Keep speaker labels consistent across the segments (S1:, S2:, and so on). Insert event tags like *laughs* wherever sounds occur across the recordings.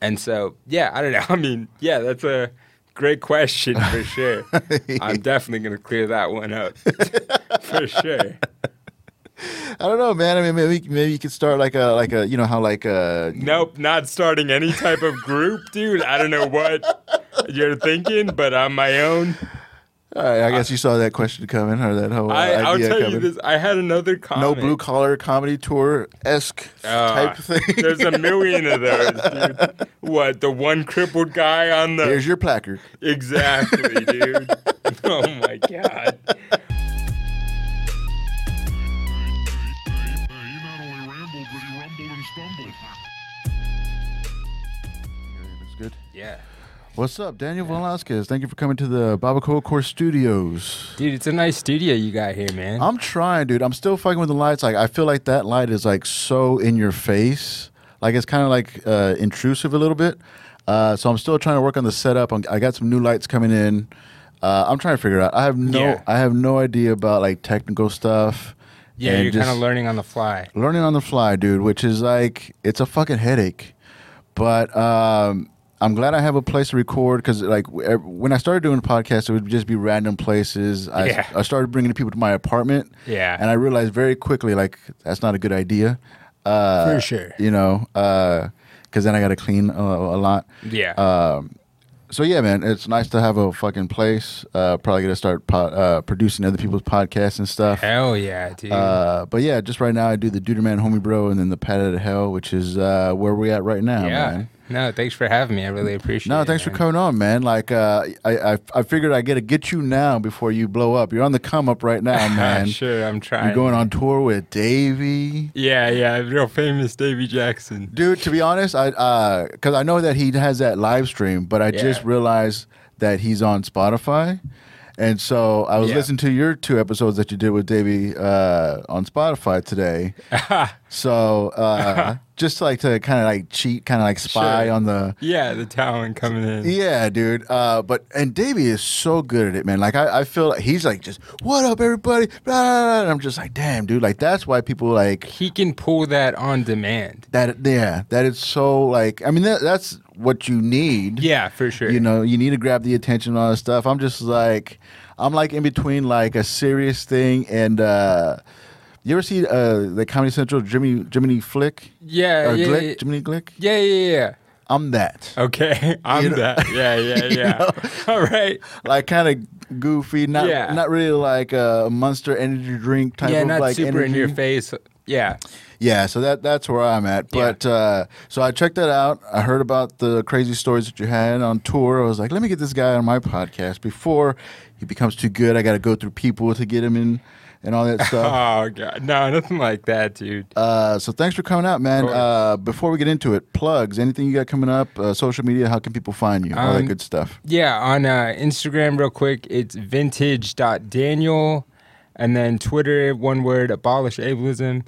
S1: And so, yeah, I don't know. *laughs* I mean, yeah, that's a great
S2: *laughs*
S1: question for sure. I'm definitely going to clear that one up *laughs* for sure.
S2: I don't know, man. I mean, maybe maybe you could start like a like a you know how like uh, a
S1: Nope, not starting any type of group, dude. I don't know what you're thinking, but on my own,
S2: All right, I guess you saw that question coming or that whole
S1: I,
S2: idea
S1: I'll tell
S2: coming.
S1: you this. I had another
S2: no
S1: comment.
S2: blue collar comedy tour esque
S1: Uh,
S2: type thing.
S1: There's a million of those, dude. What, the one crippled guy on the.
S2: *laughs* Here's your placard.
S1: Exactly, dude. *laughs* oh my god.
S3: He not only rambled, but he rumbled and stumbled.
S2: That's good.
S1: Yeah.
S2: What's up, Daniel Velasquez? Thank you for coming to the Babacoa Core Studios.
S1: Dude, it's a nice studio you got here, man.
S2: I'm trying, dude. I'm still fucking with the lights. Like I feel like that light is like so in your face. Like it's kind of like uh, intrusive a little bit. Uh, so I'm still trying to work on the setup. I'm, I got some new lights coming in. Uh, I'm trying to figure it out. I have no,
S1: Yeah.
S2: I have no idea about like technical stuff.
S1: yeah,
S2: and
S1: you're
S2: just-
S1: kind of learning on the fly.
S2: learning on the fly, dude, which is like it's a fucking headache. But um, I'm glad I have a place to record because like w- ev- when I started doing podcasts, it would just be random places. I,
S1: Yeah.
S2: I started bringing people to my apartment.
S1: Yeah.
S2: and I realized very quickly like that's not a good idea. Uh,
S1: For sure.
S2: you know, because then I got to clean a, a lot.
S1: Yeah.
S2: uh, So yeah, man, it's nice to have a fucking place. Uh, probably gonna start po- uh, producing other people's podcasts and stuff.
S1: Hell yeah, dude.
S2: Uh, but yeah, just right now I do the Duderman Homie Bro and then the Pat Out of Hell, which is uh, where we at right now,
S1: yeah.
S2: man.
S1: No, thanks for having me. I really appreciate it.
S2: No, thanks for
S1: man.
S2: coming on, man. Like uh, I, I, I figured I gotta get you now before you blow up. You're on the come up
S1: *laughs*
S2: right now, man.
S1: Ah, sure, I'm trying.
S2: You're going on tour with Davey.
S1: Yeah, yeah, real famous Davy Jackson.
S2: dude to be honest i because i know that he has that live stream but i
S1: Yeah.
S2: just realized that he's on spotify and so i was
S1: Yeah.
S2: listening to your two episodes that you did with davey uh, on
S1: *laughs*
S2: spotify today so uh, just like to kind of like cheat kind of like spy
S1: Sure.
S2: on the
S1: Yeah, the talent coming in.
S2: yeah, dude. Uh, but and Davey is so good at it, man. Like I, I feel like he's like just what up, everybody. Blah, blah, blah. And I'm just like, damn, dude. Like that's why people like
S1: He can pull that on demand.
S2: that yeah that it's so like i mean that, that's what you need
S1: Yeah, for sure.
S2: you know you need to grab the attention and all that stuff i'm just like i'm like in between like a serious thing and uh you ever see uh the comedy central jimmy jimmy flick
S1: yeah,
S2: or
S1: Uh, yeah,
S2: glick
S1: yeah,
S2: jimmy glick
S1: yeah, yeah, yeah.
S2: i'm that
S1: Okay, *laughs* I'm
S2: You know-
S1: that. Yeah, yeah,
S2: *laughs* You
S1: yeah.
S2: know?
S1: All right.
S2: like kind of goofy not
S1: Yeah.
S2: not really like a monster energy drink type
S1: yeah,
S2: of
S1: not
S2: like
S1: super
S2: energy.
S1: in your face. Yeah,
S2: Yeah, so that that's where I'm at. But uh, so I checked that out. I heard about the crazy stories that you had on tour. I was like, let me get this guy on my podcast before he becomes too good. I got to go through people to get him in and all that
S1: *laughs*
S2: stuff.
S1: Oh god, no, nothing like that, dude.
S2: uh, so thanks for coming out, man.
S1: Of course.
S2: Uh, before we get into it, plugs, anything you got coming up, uh, social media, how can people find you? all that
S1: Um,
S2: good stuff.
S1: Yeah, on uh, Instagram, real quick, it's vintage.daniel. And then Twitter, one word, abolish ableism.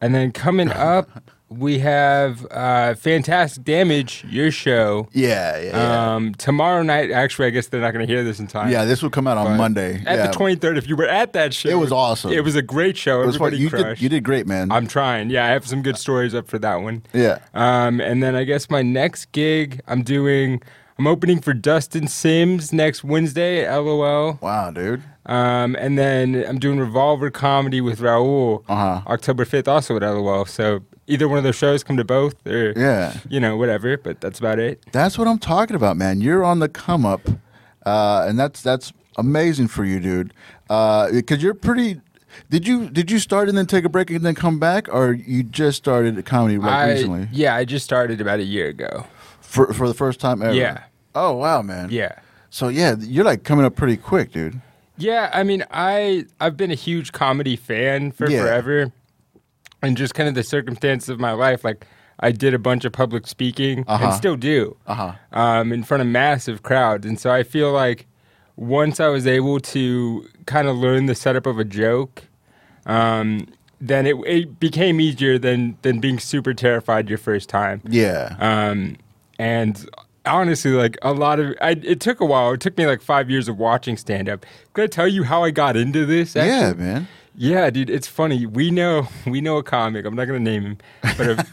S1: And then
S2: *laughs*
S1: coming up, we have uh, Fantastic Damage, your show.
S2: Yeah, yeah, yeah.
S1: Um, tomorrow night, actually, I guess they're not going to hear this in time.
S2: yeah, this will come out on
S1: uh, but
S2: Monday.
S1: At
S2: yeah.
S1: the 23rd, if you were at that show,
S2: It was awesome.
S1: It was a great show.
S2: It was fun.
S1: Everybody
S2: you,
S1: crushed.
S2: did, you did great, man.
S1: I'm trying. Yeah, I have some good stories up for that one.
S2: yeah.
S1: Um, and then I guess my next gig, I'm doing, I'm opening for Dustin Sims next Wednesday at LOL.
S2: Wow, dude.
S1: Um, and then I'm doing Revolver Comedy with Raul
S2: Uh-huh.
S1: October 5th, also at LOL. So either one of those shows, come to both or,
S2: Yeah.
S1: you know, whatever. But that's about it.
S2: That's what I'm talking about, man. You're on the come up, uh, and that's that's amazing for you, dude. Because you're pretty. Did you did you start and then take a break and then come back, or you just started comedy like
S1: I,
S2: recently
S1: Yeah, I just started about a year ago.
S2: for for the first time ever?
S1: Yeah.
S2: Oh wow, man.
S1: Yeah.
S2: So yeah, you're like coming up pretty quick, dude.
S1: Yeah, I mean, I I've been a huge comedy fan for
S2: Yeah.
S1: forever, and just kind of the circumstances of my life. Like, I did a bunch of public speaking
S2: Uh-huh.
S1: and still do,
S2: Uh-huh.
S1: um, in front of massive crowds, and so I feel like once I was able to kind of learn the setup of a joke, um, then it it became easier than than being super terrified your first time.
S2: Yeah.
S1: Um, and honestly, like a lot of I, it took a while. It took me like five years of watching stand up. Can I tell you how I got into this?
S2: yeah,
S1: actually?
S2: man.
S1: Yeah, dude, it's funny. We know *laughs* we know a comic. I'm not gonna name him, but
S2: *laughs*
S1: if,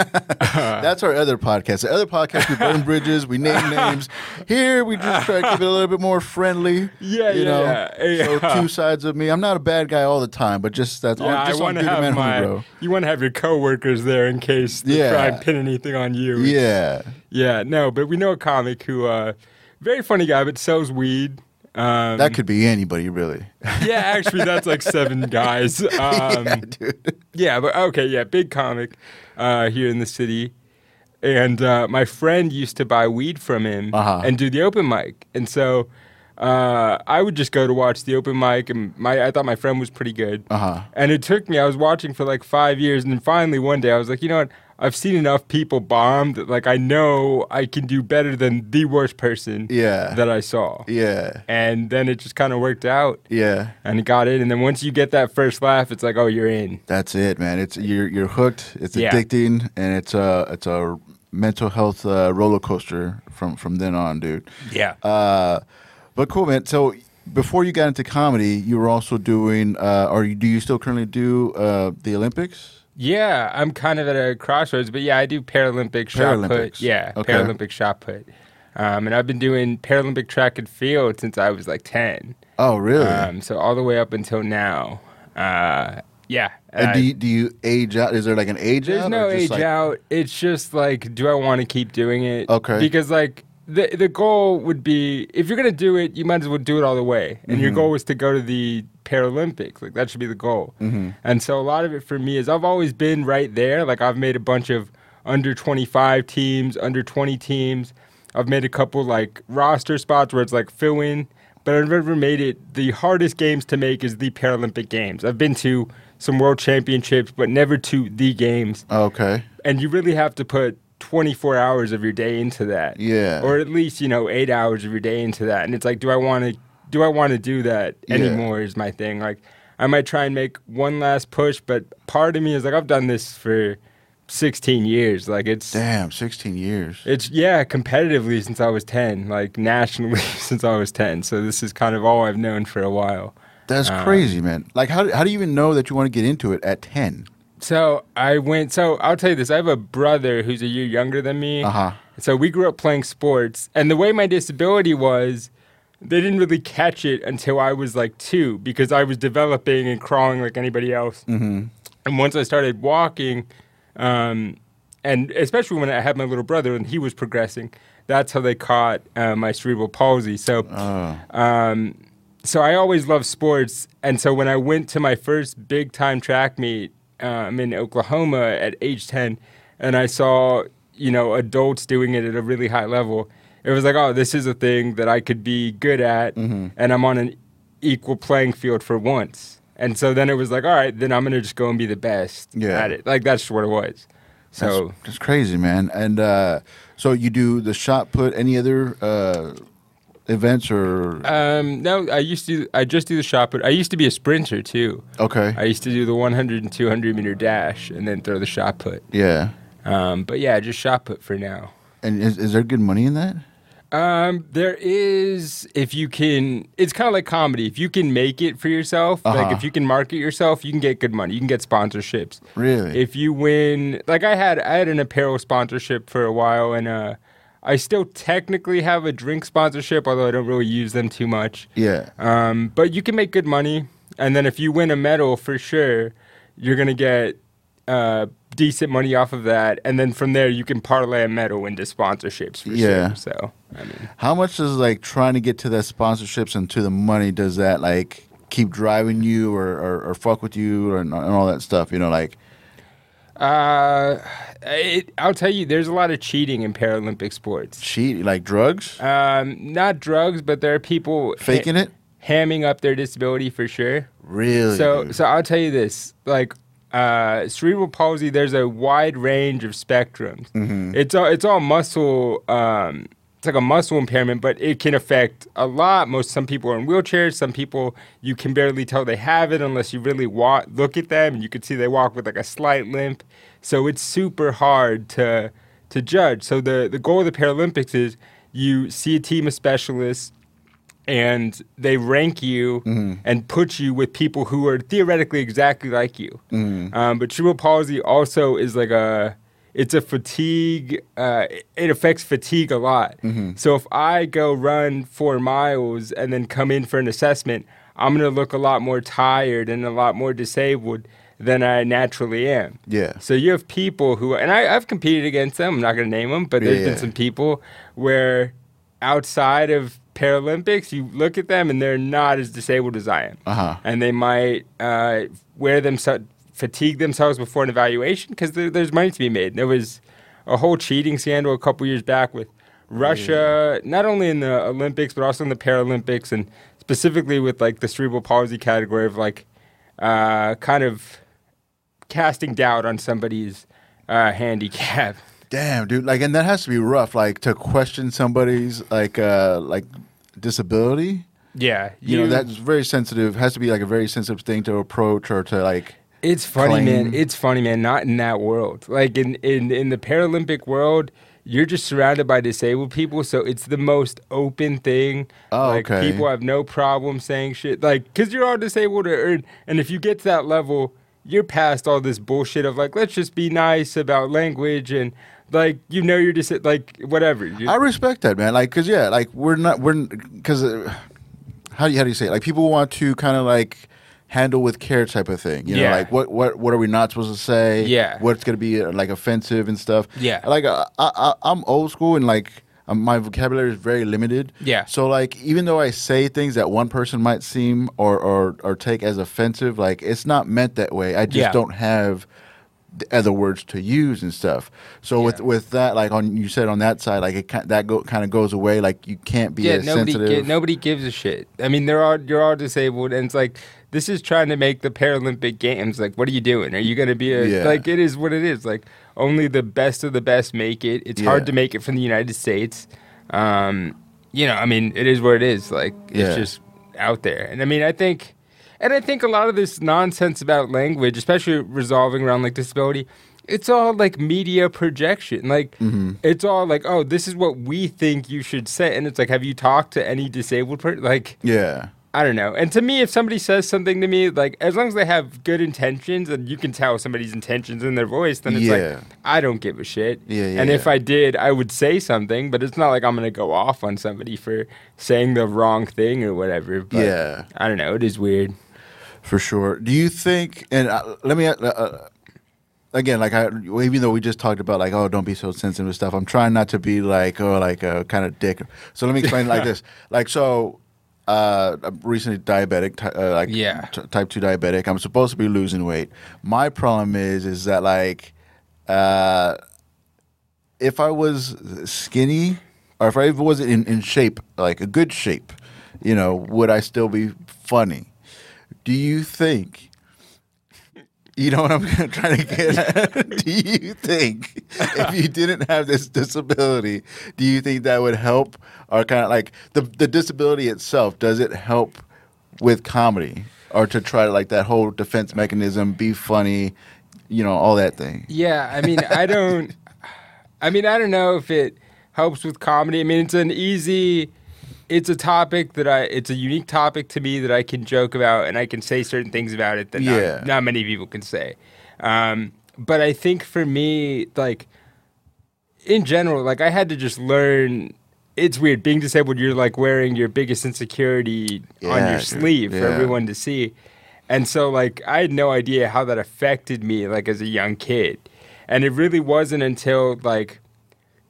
S2: That's our other podcast. The other podcast, we burn bridges,
S1: *laughs*
S2: we name names. Here, we just try to keep it a little bit more friendly.
S1: Yeah,
S2: you
S1: yeah,
S2: know?
S1: yeah, yeah.
S2: So two sides of me. I'm not a bad guy all the time, but just that's
S1: yeah,
S2: on,
S1: I
S2: Oh, just on
S1: want to
S2: Dude the Man
S1: have
S2: Who,
S1: my
S2: bro.
S1: you want to have your coworkers there in case they
S2: Yeah.
S1: try and pin anything on you.
S2: Yeah,
S1: yeah, no, but we know a comic who, uh, very funny guy, but sells weed. Um,
S2: that could be
S1: *laughs*
S2: anybody, really.
S1: yeah, actually, that's like seven
S2: *laughs*
S1: guys. Um, yeah,
S2: dude.
S1: but okay, yeah, big comic uh, here in the city. And uh, my friend used to buy weed from him
S2: Uh-huh.
S1: and do the open mic. And so uh, I would just go to watch the open mic, and my I thought my friend was pretty good.
S2: Uh-huh.
S1: And it took me, I was watching for like five years, and then finally one day I was like, you know what? I've seen enough people bomb that like I know I can do better than the worst person
S2: Yeah.
S1: that I saw.
S2: Yeah,
S1: And then it just kind of worked out
S2: yeah.
S1: and it got in. And then once you get that first laugh, it's like, oh, you're in.
S2: That's it, man. It's you're you're hooked. It's
S1: Yeah.
S2: addicting, and it's a it's a mental health uh, roller coaster from from then on, dude.
S1: Yeah.
S2: Uh, but cool, man. So before you got into comedy, you were also doing, uh, or you, do you still currently do uh, the Olympics?
S1: yeah, I'm kind of at a crossroads, but yeah, I do Paralympic shot
S2: Paralympics.
S1: put. Yeah,
S2: Okay.
S1: Paralympic shot put. Um, and I've been doing Paralympic track and field since I was like 10.
S2: Oh, really?
S1: Um, so all the way up until now. Uh, yeah.
S2: and
S1: I-
S2: do you, do you age out? Is there like an age
S1: There's
S2: out?
S1: no
S2: or just
S1: age
S2: like-
S1: out. It's just like, do I want to keep doing it?
S2: Okay.
S1: Because like the the goal would be, if you're gonna do it, you might as well do it all the way. And
S2: Mm-hmm.
S1: your goal was to go to the Paralympics. Like that should be the goal.
S2: Mm-hmm.
S1: And so a lot of it for me is I've always been right there. Like I've made a bunch of under 25 teams, under 20 teams. I've made a couple like roster spots where it's like fill in, but I've never made it. The hardest games to make is the Paralympic Games. I've been to some world championships, but never to the games
S2: Okay.
S1: and you really have to put 24 hours of your day into that
S2: Yeah.
S1: or at least you know eight hours of your day into that and it's like do i want to do i want to do that
S2: Yeah.
S1: anymore is my thing like i might try and make one last push but part of me is like i've done this for 16 years like it's
S2: Damn, 16 years.
S1: it's yeah competitively since i was 10 like nationally *laughs* since i was 10 so this is kind of all i've known for a while
S2: That's
S1: Uh,
S2: crazy, man. Like, how, do- how do you even know that you want to get into it at 10?
S1: So I went. So I'll tell you this: I have a brother who's a year younger than me.
S2: Uh-huh.
S1: So we grew up playing sports, and the way my disability was, they didn't really catch it until I was like two because I was developing and crawling like anybody else. Mm-hmm. And once I started walking, um, and especially when I had my little brother and he was progressing, that's how they caught uh, my cerebral palsy. So.
S2: Oh,
S1: Um, so I always loved sports, and so when I went to my first big time track meet um, in Oklahoma at age ten, and I saw you know adults doing it at a really high level, it was like, oh, this is a thing that I could be good at, and I'm on an equal playing field for once. And so then it was like, all right, then I'm gonna just go and be the best
S2: Yeah.
S1: at it. Like that's what it was.
S2: that's,
S1: So
S2: that's crazy, man. And uh, so you do the shot put, any other uh, events or.
S1: um, no, I used to I just do the shot put. I used to be a sprinter too.
S2: okay.
S1: I used to do the 100 and 200 meter dash and then throw the shot put.
S2: yeah.
S1: Um, but yeah, just shot put for now.
S2: And is, is there good money in that?
S1: Um, there is, if you can, it's kind of like comedy. If you can make it for yourself,
S2: Uh-huh.
S1: like if you can market yourself, you can get good money. You can get sponsorships.
S2: Really?
S1: If you win, like I had, I had an apparel sponsorship for a while, and uh, I still technically have a drink sponsorship, although I don't really use them too much.
S2: yeah.
S1: Um, but you can make good money, and then if you win a medal for sure, you're gonna get uh, decent money off of that, and then from there you can parlay a medal into sponsorships for
S2: Yeah.
S1: sure. So I mean,
S2: How much does like trying to get to that sponsorships and to the money does that like keep driving you or, or, or fuck with you or, and all that stuff? You know, like
S1: uh, it, I'll tell you, there's a lot of cheating in Paralympic sports.
S2: cheat, like drugs,
S1: Um, not drugs, but there are people ha-
S2: faking it.
S1: hamming up their disability for sure.
S2: Really?
S1: So,
S2: dude?
S1: so I'll tell you this: like uh, cerebral palsy, there's a wide range of spectrums. It's all it's all muscle. Um, it's like a muscle impairment, but it can affect a lot. Most some people are in wheelchairs. Some people you can barely tell they have it unless you really walk, look at them, and you can see they walk with like a slight limp. So it's super hard to to judge. So the the goal of the Paralympics is you see a team of specialists and they rank you
S2: Mm-hmm.
S1: and put you with people who are theoretically exactly like you.
S2: Mm-hmm.
S1: Um, but cerebral palsy also is like a it's a fatigue. Uh, it affects fatigue a lot.
S2: Mm-hmm.
S1: So if I go run four miles and then come in for an assessment, I'm gonna look a lot more tired and a lot more disabled than I naturally am.
S2: Yeah.
S1: So you have people who, and I, I've competed against them. I'm not going to name them, but there's
S2: Yeah.
S1: been some people where outside of Paralympics, you look at them and they're not as disabled as I am.
S2: Uh-huh.
S1: And they might uh, wear themselves, fatigue themselves before an evaluation because there, there's money to be made. There was a whole cheating scandal a couple years back with Russia,
S2: Mm.
S1: not only in the Olympics, but also in the Paralympics, and specifically with like the cerebral palsy category of like uh, kind of casting doubt on somebody's uh, handicap.
S2: Damn, dude. Like, and that has to be rough. Like to question somebody's like uh like disability.
S1: Yeah,
S2: You, know, that's very sensitive. Has to be like a very sensitive thing to approach or to like.
S1: It's funny, man.
S2: claim.
S1: It's funny, man. Not in that world. Like in in in the Paralympic world, you're just surrounded by disabled people, so it's the most open thing.
S2: Oh,
S1: like,
S2: okay.
S1: People have no problem saying shit, like because you're all disabled, or, or- and if you get to that level, you're past all this bullshit of like let's just be nice about language and like you know you're just like whatever. You-
S2: I respect that, man. Like, cause yeah, like we're not we're because uh, how do you how do you say it? Like people want to kind of like handle with care type of thing. You know,
S1: Yeah.
S2: like what what what are we not supposed to say?
S1: Yeah.
S2: what's gonna be uh, like offensive and stuff.
S1: Yeah.
S2: like uh, I, I I'm old school and like. um, My vocabulary is very limited.
S1: Yeah.
S2: So like, even though I say things that one person might seem or or, or take as offensive, like it's not meant that way. I just
S1: Yeah.
S2: don't have the other words to use and stuff. So with
S1: Yeah.
S2: with that, like on you said on that side, like it ki- that go, kind of goes away. Like you can't be
S1: yeah,
S2: as
S1: nobody
S2: sensitive.
S1: gi- nobody gives a shit. I mean, they're all you're all disabled, and it's like this is trying to make the Paralympic Games. Like, what are you doing? Are you going to be a
S2: Yeah.
S1: like? It is what it is. Like, only the best of the best make it. It's hard
S2: Yeah.
S1: to make it from the United States. Um, you know, I mean, it is what it is. Like,
S2: Yeah.
S1: it's just out there. And I mean, I think, and I think a lot of this nonsense about language, especially resolving around like disability, it's all like media projection. Like, it's all like, oh, this is what we think you should say. And it's like, have you talked to any disabled person? Like,
S2: yeah,
S1: I don't know. And to me, if somebody says something to me, like, as long as they have good intentions and you can tell somebody's intentions in their voice, then it's
S2: Yeah.
S1: like, I don't give a shit.
S2: Yeah, yeah,
S1: and if
S2: yeah.
S1: I did, I would say something, but it's not like I'm going to go off on somebody for saying the wrong thing or whatever. But
S2: Yeah.
S1: I don't know. It is weird.
S2: for sure. Do you think? And uh, let me. Uh, uh, Again, like I, even though we just talked about like, oh, don't be so sensitive and stuff. I'm trying not to be like, oh, like a kind of dick. So let me
S1: *laughs*
S2: explain like this. Like so, uh, I'm recently diabetic, ty- uh, like
S1: Yeah.
S2: t- type two diabetic. I'm supposed to be losing weight. My problem is, is that like, uh, if I was skinny or if I wasn't in, in shape, like a good shape, you know, would I still be funny? Do you think? You know what I'm *laughs* trying to get at? *laughs* Do you think if you didn't have this disability, do you think that would help or kind of like the, the disability itself, does it help with comedy or to try to like that whole defense mechanism, be funny, you know, all that thing?
S1: Yeah, I mean, I don't. I mean, I don't know if it helps with comedy. I mean, it's an easy. It's a topic that I. It's a unique topic to me that I can joke about, and I can say certain things about it that not-
S2: Yeah.
S1: not, many people can say. Um, but I think for me, like in general, like I had to just learn. It's weird being disabled. You're like wearing your biggest insecurity on
S2: Yeah,
S1: your
S2: dude.
S1: sleeve for
S2: Yeah.
S1: everyone to see. And so like I had no idea how that affected me like as a young kid. And it really wasn't until like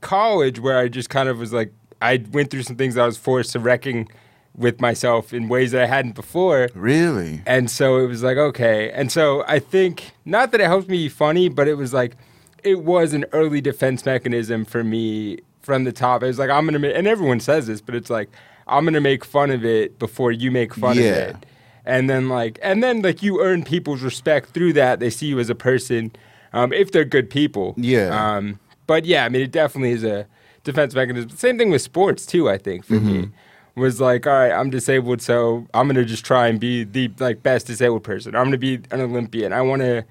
S1: college where I just kind of was like I went through some things I was forced to reckon with myself in ways that I hadn't before.
S2: Really?
S1: And so it was like, okay. And so I think not that it helped me be funny, but it was like it was an early defense mechanism for me from the top. It was like I'm gonna make and everyone says this, but it's like I'm gonna make fun of it before you make fun
S2: Yeah.
S1: of it. And then like and then like you earn people's respect through that. They see you as a person, um, if they're good people.
S2: Yeah.
S1: Um, but yeah, I mean it definitely is a defense mechanism. Same thing with sports too, I think, for me
S2: Mm-hmm.
S1: was like, all right, I'm disabled, so I'm gonna just try and be the like best disabled person. I'm gonna be an Olympian. I want to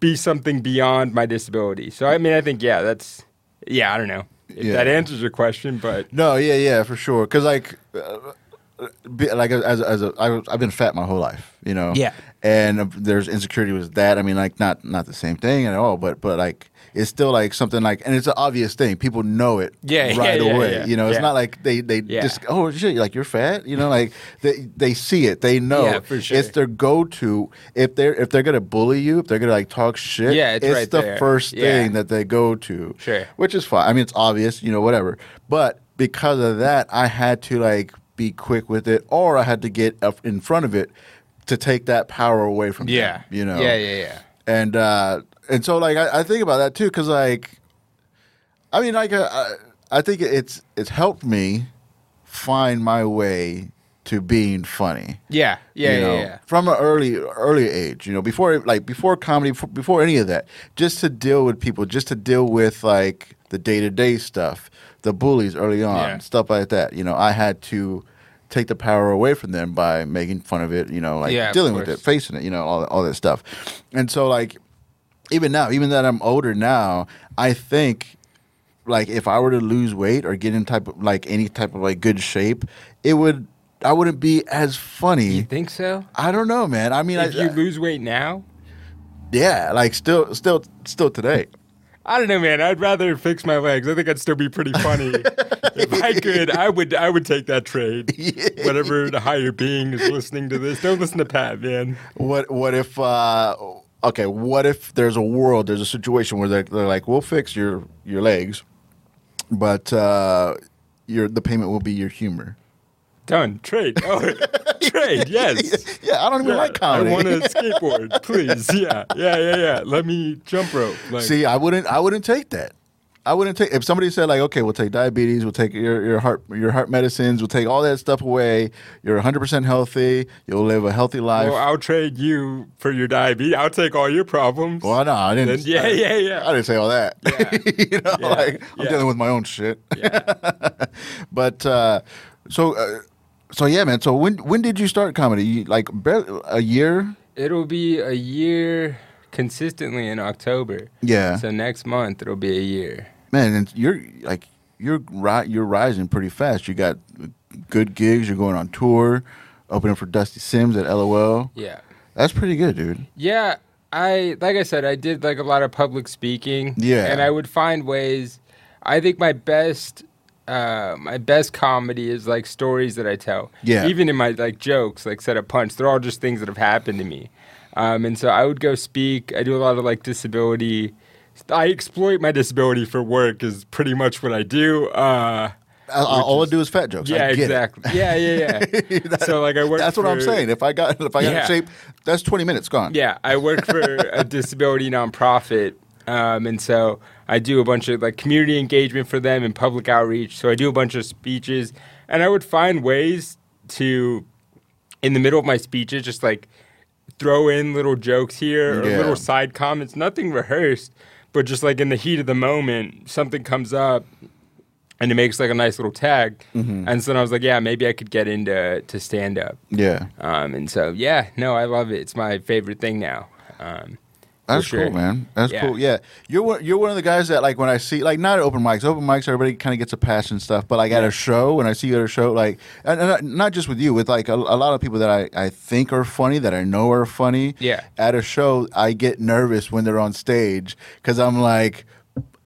S1: be something beyond my disability. So I mean, I think yeah, that's yeah. I don't know if
S2: Yeah.
S1: that answers your question, but
S2: No, yeah, yeah, for sure. Because like, uh, be, like as as a, I, was- I've been fat my whole life, you know.
S1: Yeah.
S2: And um, there's insecurity with that. I mean, like not not the same thing at all, but but like it's still like something like, and it's an obvious thing. People know it.
S1: Yeah, yeah,
S2: Right
S1: yeah,
S2: away.
S1: yeah.
S2: You know, it's
S1: Yeah.
S2: not like they they
S1: Yeah.
S2: just oh shit, like you're fat. You know, like they they see it. They know.
S1: Yeah, for sure.
S2: It's their go to if they're if they're gonna bully you, if they're gonna like talk shit.
S1: Yeah, it's right
S2: the
S1: there.
S2: first
S1: Yeah.
S2: thing that they go to.
S1: Sure.
S2: Which is fine. I mean, it's obvious, you know, whatever. But because of that, I had to like be quick with it, or I had to get up in front of it to take that power away from them,
S1: Yeah.
S2: you know.
S1: Yeah, yeah, yeah.
S2: And uh, and so like I, I think about that too, because like, I mean, like uh, I, I think it's it's helped me find my way to being funny
S1: Yeah. Yeah.
S2: you
S1: yeah,
S2: know,
S1: yeah.
S2: from an early early age, you know, before like before comedy, before, before any of that, just to deal with people, just to deal with like the day to day stuff, the bullies early on,
S1: Yeah.
S2: stuff like that. You know, I had to take the power away from them by making fun of it, you know, like
S1: Yeah, of
S2: dealing with
S1: course.
S2: it, facing it, you know, all that, all that stuff. And so like even now, even that I'm older now, I think like if I were to lose weight or get in type of like any type of like good shape, it would I wouldn't be as funny.
S1: You think so?
S2: I don't know, man. I mean, I,
S1: If you lose weight now,
S2: yeah, like still, still, still today.
S1: I don't know, man. I'd rather fix my legs. I think I'd still be pretty funny
S2: *laughs*
S1: if I could. I would. I would take that trade. Whatever the higher being is listening to this, don't listen to Pat, man.
S2: What, what if? uh Okay, what if there's a world, there's a situation where they're, they're like, we'll fix your your legs, but uh your the payment will be your humor.
S1: Done. Trade.
S2: *laughs*
S1: Oh, trade. Yes.
S2: Yeah, *laughs* I don't even
S1: Yeah,
S2: like comedy.
S1: I want *laughs* a skateboard, please.
S2: *laughs*
S1: Yeah, yeah, yeah, yeah. Let me jump rope. Like,
S2: See, I wouldn't. I wouldn't take that. I wouldn't take if somebody said like, okay, we'll take diabetes, we'll take your, your heart your heart medicines, we'll take all that stuff away. You're 100 percent healthy. You'll live a healthy life.
S1: well, I'll trade you for your diabetes. I'll take all your problems.
S2: Well, no, I didn't.
S1: Then- yeah, yeah, yeah.
S2: *laughs* I didn't say all that. *laughs* you know,
S1: Yeah,
S2: like I'm
S1: yeah.
S2: dealing with my own shit. *laughs*
S1: Yeah.
S2: But uh, so, uh, so yeah, man. So when when did you start comedy? You, like barely, a year?
S1: It'll be a year consistently in October.
S2: Yeah,
S1: So next month it'll be a year.
S2: man. And you're like you're ri- you're rising pretty fast. You got good gigs. You're going on tour, opening for Dusty Sims at LOL.
S1: Yeah.
S2: That's pretty good, dude.
S1: Yeah, I like I said, I did like a lot of public speaking.
S2: Yeah.
S1: and I would find ways. I think my best, uh, my best comedy is like stories that I tell.
S2: Yeah.
S1: even in my like jokes, like set up punch, they're all just things that have happened to me. Um, and so I would go speak. I do a lot of like disability. I exploit my disability for work is pretty much what I do. Uh,
S2: I, I, all I do is fat jokes. I
S1: yeah,
S2: get it. *laughs*
S1: exactly. Yeah, yeah, yeah. so like I work.
S2: That's what I'm
S1: for-
S2: saying. If I got if I got
S1: Yeah.
S2: in shape, that's 20 minutes gone.
S1: Yeah, I work for a disability nonprofit, um, and so I do a bunch of like community engagement for them and public outreach. So I do a bunch of speeches, and I would find ways to, in the middle of my speeches, just like throw in little jokes here or
S2: Yeah.
S1: little side comments, nothing rehearsed, but just like in the heat of the moment, something comes up. And it makes like a nice little tag, and so then I was like, "Yeah, maybe I could get into to stand up."
S2: Yeah.
S1: Um, and so, yeah, no, I love it. It's my favorite thing now. Um, for
S2: That's
S1: sure.
S2: cool, man. That's
S1: Yeah.
S2: cool. Yeah, you're one, you're one of the guys that like when I see like not at open mics. Open mics, everybody kind of gets a pass and stuff. But like at a show, when I see you at a show, like and, and not- not just with you, with like a, a lot of people that I, I think are funny, that I know are funny.
S1: Yeah.
S2: At a show, I get nervous when they're on stage because I'm like,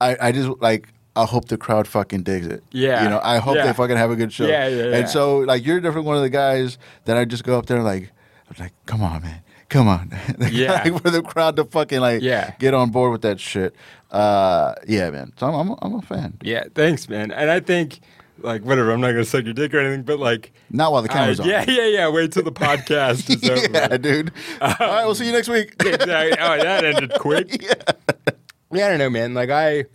S2: I, I just like. I hope the crowd fucking digs it.
S1: Yeah.
S2: You know, I hope
S1: Yeah.
S2: they fucking have a good show.
S1: Yeah, yeah, yeah.
S2: And so, like, you're definitely one of the guys that I just go up there, like, I'm like, come on, man. Come on. *laughs*
S1: Yeah.
S2: Like, for the crowd to fucking like
S1: Yeah.
S2: get on board with that shit. Uh, yeah, man. So I'm, I'm, I'm a fan.
S1: Yeah, thanks, man. And I think, like, whatever, I'm not going to suck your dick or anything, but like,
S2: Not while the
S1: I,
S2: camera's on.
S1: Uh, yeah, *laughs* yeah, yeah, wait till the podcast is over. *laughs*
S2: *laughs* yeah, dude. All right, we'll see you next week.
S1: exactly. Oh, that ended quick.
S2: *laughs*
S1: Yeah. I don't know, man. Like I,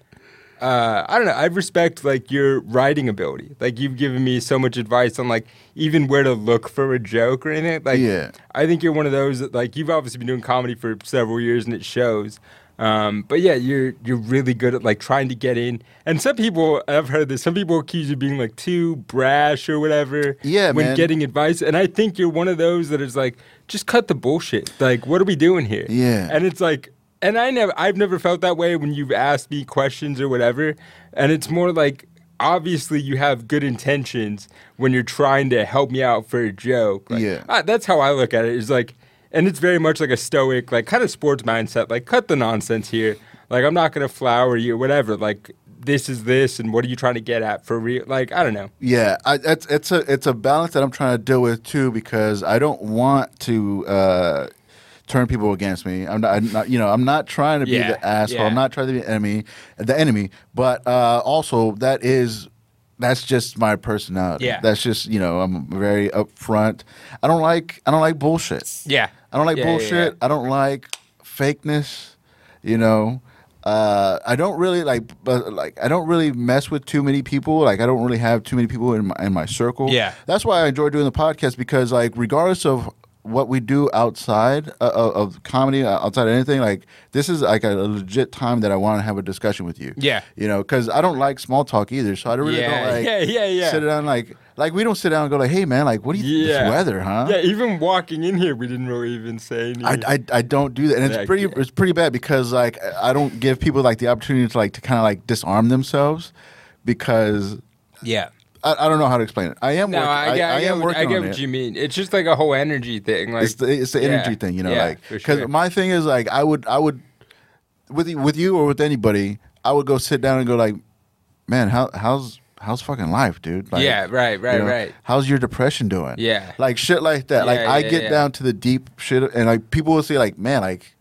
S1: uh, I don't know. I respect like your writing ability. Like you've given me so much advice on like even where to look for a joke or anything. Like,
S2: Yeah.
S1: I think you're one of those that like you've obviously been doing comedy for several years and it shows. Um, but yeah, you're you're really good at like trying to get in. And some people I've heard this. Some people accuse you of being like too brash or whatever.
S2: Yeah,
S1: when
S2: man.
S1: getting advice. And I think you're one of those that is like, just cut the bullshit. Like, what are we doing here?
S2: Yeah.
S1: And it's like, and I never, I've never felt that way when you've asked me questions or whatever. And it's more like, obviously you have good intentions when you're trying to help me out for a joke. Like,
S2: Yeah.
S1: ah, that's how I look at it. Is like, and it's very much like a stoic, like kind of sports mindset. Like, cut the nonsense here. Like, I'm not gonna flower you, or whatever. Like, this is this, and what are you trying to get at for real? Like, I don't know.
S2: Yeah, I, it's it's a it's a balance that I'm trying to deal with too because I don't want to uh, turn people against me. I'm not, I'm not- you know I'm not trying to be
S1: Yeah,
S2: the asshole.
S1: yeah.
S2: I'm not trying to be the enemy, the enemy. But uh, also that is that's just my personality.
S1: Yeah.
S2: that's just you know I'm very upfront. I don't like I don't like bullshit.
S1: Yeah,
S2: I don't like
S1: Yeah, yeah,
S2: bullshit.
S1: yeah.
S2: I don't like fakeness. You know, uh, I don't really like, but like, I don't really mess with too many people. Like, I don't really have too many people in my in my circle.
S1: Yeah.
S2: that's why I enjoy doing the podcast because, like, regardless of what we do outside uh, of, of comedy, uh, outside of anything, like, this is like a legit time that I want to have a discussion with you.
S1: Yeah.
S2: you know, because I don't like small talk either, so I don't really
S1: Yeah,
S2: don't like
S1: *laughs* yeah, yeah, yeah.
S2: sit down like like we don't sit down and go like, hey man, like, what do you
S1: Yeah.
S2: this weather, huh?
S1: Yeah, even walking in here, we didn't really even say
S2: uh, I,
S1: anything.
S2: I, I don't do that, and it's
S1: Like,
S2: pretty
S1: yeah.
S2: it's pretty bad because like I I don't give people like the opportunity to like to kind of like disarm themselves because
S1: yeah.
S2: I, I don't know how to explain it. I am
S1: No,
S2: work-
S1: I, get, I, get,
S2: am
S1: what-
S2: working
S1: I get
S2: on
S1: what
S2: it.
S1: you mean. It's just like a whole energy thing. Like
S2: it's the it's the energy
S1: yeah,
S2: thing, you know,
S1: yeah,
S2: like
S1: for
S2: because
S1: sure.
S2: my thing is like I would I would with you- with you or with anybody I would go sit down and go like, man, how how's how's fucking life, dude? Like,
S1: Yeah, right, right, right.
S2: How's your depression doing?
S1: Yeah.
S2: like shit like that. like
S1: Yeah,
S2: I
S1: yeah,
S2: get
S1: yeah.
S2: down to the deep shit, and like people will say like, man, like.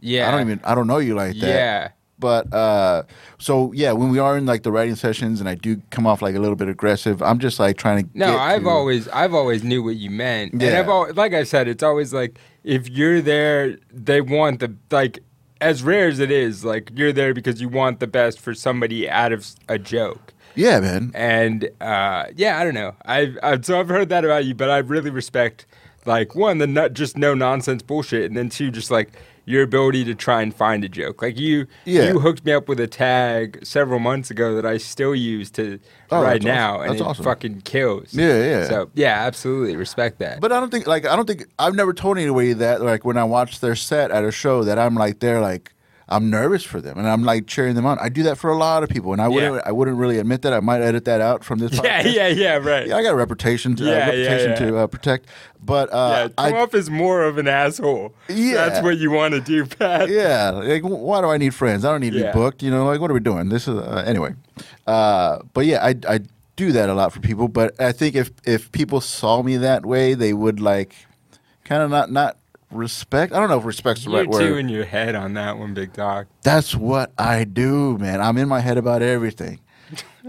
S1: yeah,
S2: I don't even I don't know you like that.
S1: Yeah.
S2: But uh so yeah, when we are in like the writing sessions and I do come off like a little bit aggressive, I'm just like trying to
S1: No,
S2: get
S1: I've
S2: to-
S1: always I've always knew what you meant. And
S2: Yeah.
S1: I've always, like I said, it's always like if you're there, they want the like as rare as it is, like you're there because you want the best for somebody out of s- a joke.
S2: Yeah, man.
S1: And uh, yeah, I don't know. I've, I've so I've heard that about you, but I really respect like one the nut just no nonsense bullshit, and then two just like your ability to try and find a joke. Like you,
S2: Yeah.
S1: you hooked me up with a tag several months ago that I still use to
S2: Oh,
S1: right
S2: that's
S1: now,
S2: awesome.
S1: and
S2: That's
S1: it
S2: awesome.
S1: fucking kills.
S2: Yeah, yeah.
S1: So yeah, absolutely respect that.
S2: But I don't think like I don't think I've never told anybody that like when I watch their set at a show that I'm like they're like I'm nervous for them and I'm like cheering them on. I do that for a lot of people and I wouldn't I wouldn't really admit that. I might edit that out from this
S1: *laughs* *laughs* yeah,
S2: podcast.
S1: yeah, yeah, right.
S2: *laughs* Yeah, I got a reputation to,
S1: Yeah,
S2: uh,
S1: yeah,
S2: reputation
S1: yeah.
S2: to uh, protect, but
S1: yeah,
S2: uh,
S1: come
S2: I,
S1: off as more of an asshole.
S2: Yeah.
S1: that's what you want to do, Pat.
S2: yeah like wh- why do i need friends i don't need to
S1: Yeah.
S2: be booked you know like what are we doing this is uh, anyway uh, but yeah I, I do that a lot for people but i think if if people saw me that way they would like kind of not not respect i don't know if respect's the
S1: You're
S2: right word
S1: two in your head on that one, Big Dog.
S2: that's what I do, man. I'm in my head about everything.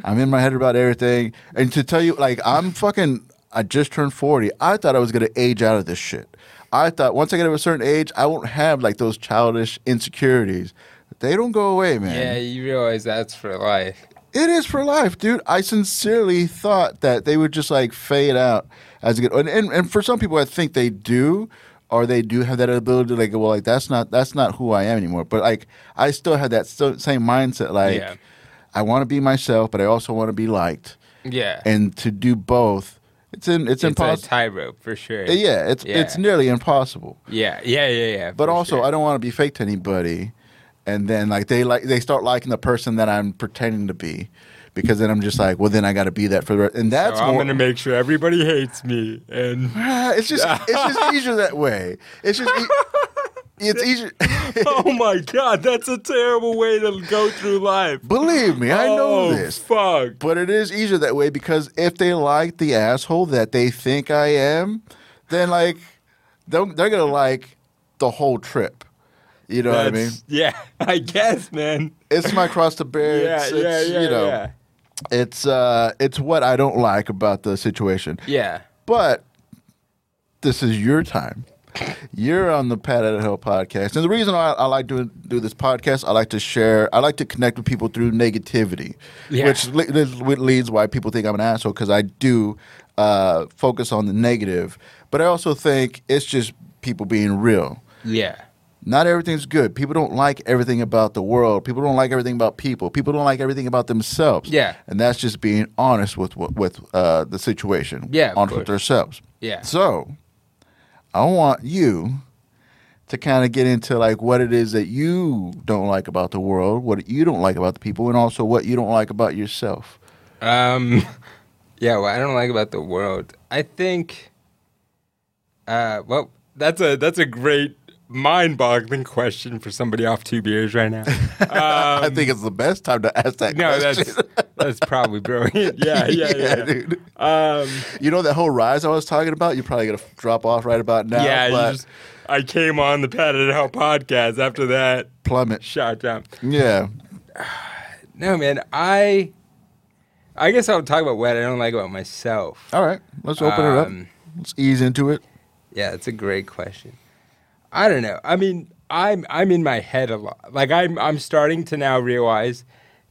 S2: I'm in my head about everything. And to tell you, like, I'm fucking, I just turned 40. I thought I was going to age out of this shit. I thought once I get to a certain age, I won't have like those childish insecurities. They don't go away, man.
S1: Yeah, you realize that's for life.
S2: It is for life, dude. I sincerely thought that they would just like fade out as you get, and, and and for some people, I think they do, or they do have that ability to like, well, like that's not that's not who I am anymore. But like, I still have that still, same mindset. Like,
S1: Yeah.
S2: I want to be myself, but I also want to be liked,
S1: Yeah.
S2: and to do both, it's in it's,
S1: it's a
S2: impossible.
S1: tightrope for sure.
S2: yeah, it's
S1: Yeah.
S2: it's nearly impossible.
S1: Yeah, yeah, yeah, yeah.
S2: But
S1: for
S2: also, uh,
S1: sure.
S2: I don't want to be fake to anybody. And then like they like they start liking the person that I'm pretending to be, because then I'm just like, well, then I got to be that for the rest. And that's
S1: so I'm
S2: more-
S1: gonna make sure everybody hates me. And
S2: *laughs*
S1: *laughs*
S2: it's just it's just easier that way. It's just e-
S1: *laughs*
S2: it's easier. *laughs*
S1: oh my god, that's a terrible way to go through life.
S2: Believe me, I know
S1: oh,
S2: this.
S1: Fuck.
S2: But it is easier that way because if they like the asshole that they think I am, then like they're, they're gonna like the whole trip. You know
S1: That's,
S2: what I mean?
S1: *laughs* Yeah, I guess, man.
S2: It's my cross to bear.
S1: *laughs* Yeah,
S2: it's,
S1: yeah,
S2: it's,
S1: yeah,
S2: you know.
S1: yeah.
S2: it's uh it's what I don't like about the situation.
S1: Yeah.
S2: But this is your time. You're on the Pat at Hell podcast, and the reason I, I like doing do this podcast, I like to share, I like to connect with people through negativity,
S1: Yeah.
S2: which le- this- which leads why people think I'm an asshole because I do uh, focus on the negative, but I also think it's just people being real
S1: Yeah.
S2: not everything's good. People don't like everything about the world. People don't like everything about people. People don't like everything about themselves.
S1: Yeah.
S2: and that's just being honest with what- with uh, the situation.
S1: Yeah, of
S2: honest with
S1: course.
S2: themselves.
S1: Yeah.
S2: So, I want you to kind of get into like what it is that you don't like about the world, what you don't like about the people, and also what you don't like about yourself. *laughs*
S1: Um, *laughs* yeah, what I don't like about the world. I think. Uh, well, that's a that's a great mind-boggling question for somebody off two beers right now.
S2: I think it's the best time to ask that
S1: Um, No,
S2: question. *laughs*
S1: *laughs* that's that's probably brilliant. Yeah, *laughs* yeah, yeah,
S2: dude.
S1: Um,
S2: You know that whole rise I was talking about? You're probably gonna f- drop off right about now.
S1: yeah, you
S2: but
S1: just- I came on the Pat and Hell podcast after that
S2: plummet.
S1: shot down.
S2: Yeah,
S1: No, man, I, I guess I'll talk about what I don't like about myself.
S2: All right, let's open it
S1: Um,
S2: up. Let's ease into it.
S1: Yeah, it's a great question. I don't know. I mean, I'm I'm in my head a lot. Like I'm I'm starting to now realize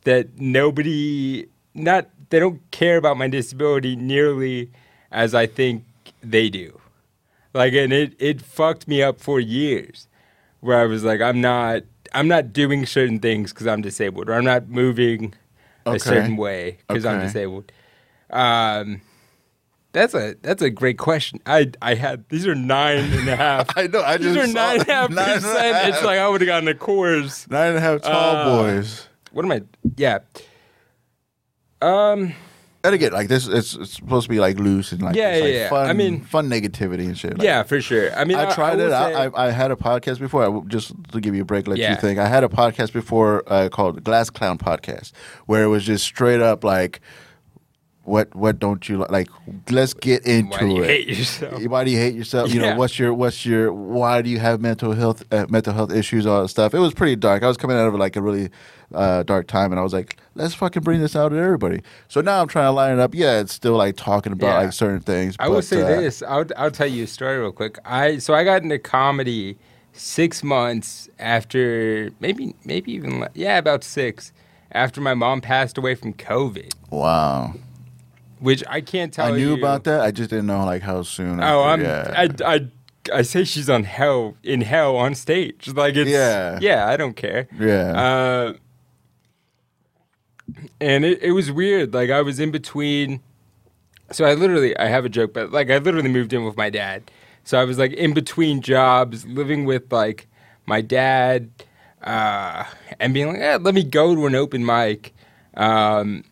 S1: that nobody not they don't care about my disability nearly as I think they do. Like and it it fucked me up for years where I was like I'm not I'm not doing certain things cuz I'm disabled or I'm not moving
S2: Okay.
S1: a certain way cuz I'm
S2: Okay.
S1: disabled. Um that's a that's a great question. I I had these are nine and a half.
S2: *laughs* *laughs* I know, I
S1: these
S2: just
S1: are
S2: saw
S1: nine and a half
S2: nine and a
S1: percent.
S2: half.
S1: It's like I would have gotten a course.
S2: Nine and a half tall
S1: Uh,
S2: boys.
S1: What am I? Yeah. Um.
S2: And again, like this, it's, it's supposed to be like loose and like,
S1: Yeah,
S2: it's, like,
S1: yeah, yeah.
S2: fun.
S1: I mean-
S2: fun negativity and shit. Like,
S1: Yeah, for sure. I mean,
S2: I tried
S1: will
S2: it.
S1: say-
S2: I, I I had a podcast before. I w just to give you a break, let you
S1: Yeah.
S2: think. I had a podcast before uh, called Glass Clown Podcast, where it was just straight up like, what what don't you like? like let's get into
S1: why do you
S2: it.
S1: hate yourself?
S2: why do you hate yourself? You
S1: Yeah.
S2: know what's your what's your why do you have mental health uh, mental health issues all that stuff? It was pretty dark. I was coming out of like a really uh, dark time, and I was like, let's fucking bring this out to everybody. So now I'm trying to line it up. Yeah, it's still like talking about
S1: Yeah.
S2: like certain things.
S1: I will
S2: but,
S1: say
S2: uh,
S1: this. I'll I'll tell you a story real quick. I so I got into comedy six months after maybe maybe even le- yeah about six after my mom passed away from COVID,
S2: Wow,
S1: which I can't tell
S2: I knew
S1: you
S2: about that. I just didn't know like how soon.
S1: Oh, I'm.
S2: after.
S1: I, I I say she's on hell in hell on stage. Like it's
S2: Yeah.
S1: yeah. I don't care.
S2: yeah,
S1: Uh, and it, it was weird. Like I was in between. So I literally I have a joke, but like I literally moved in with my dad. So I was like in between jobs, living with like my dad, uh, and being like, eh, let me go to an open mic. Um,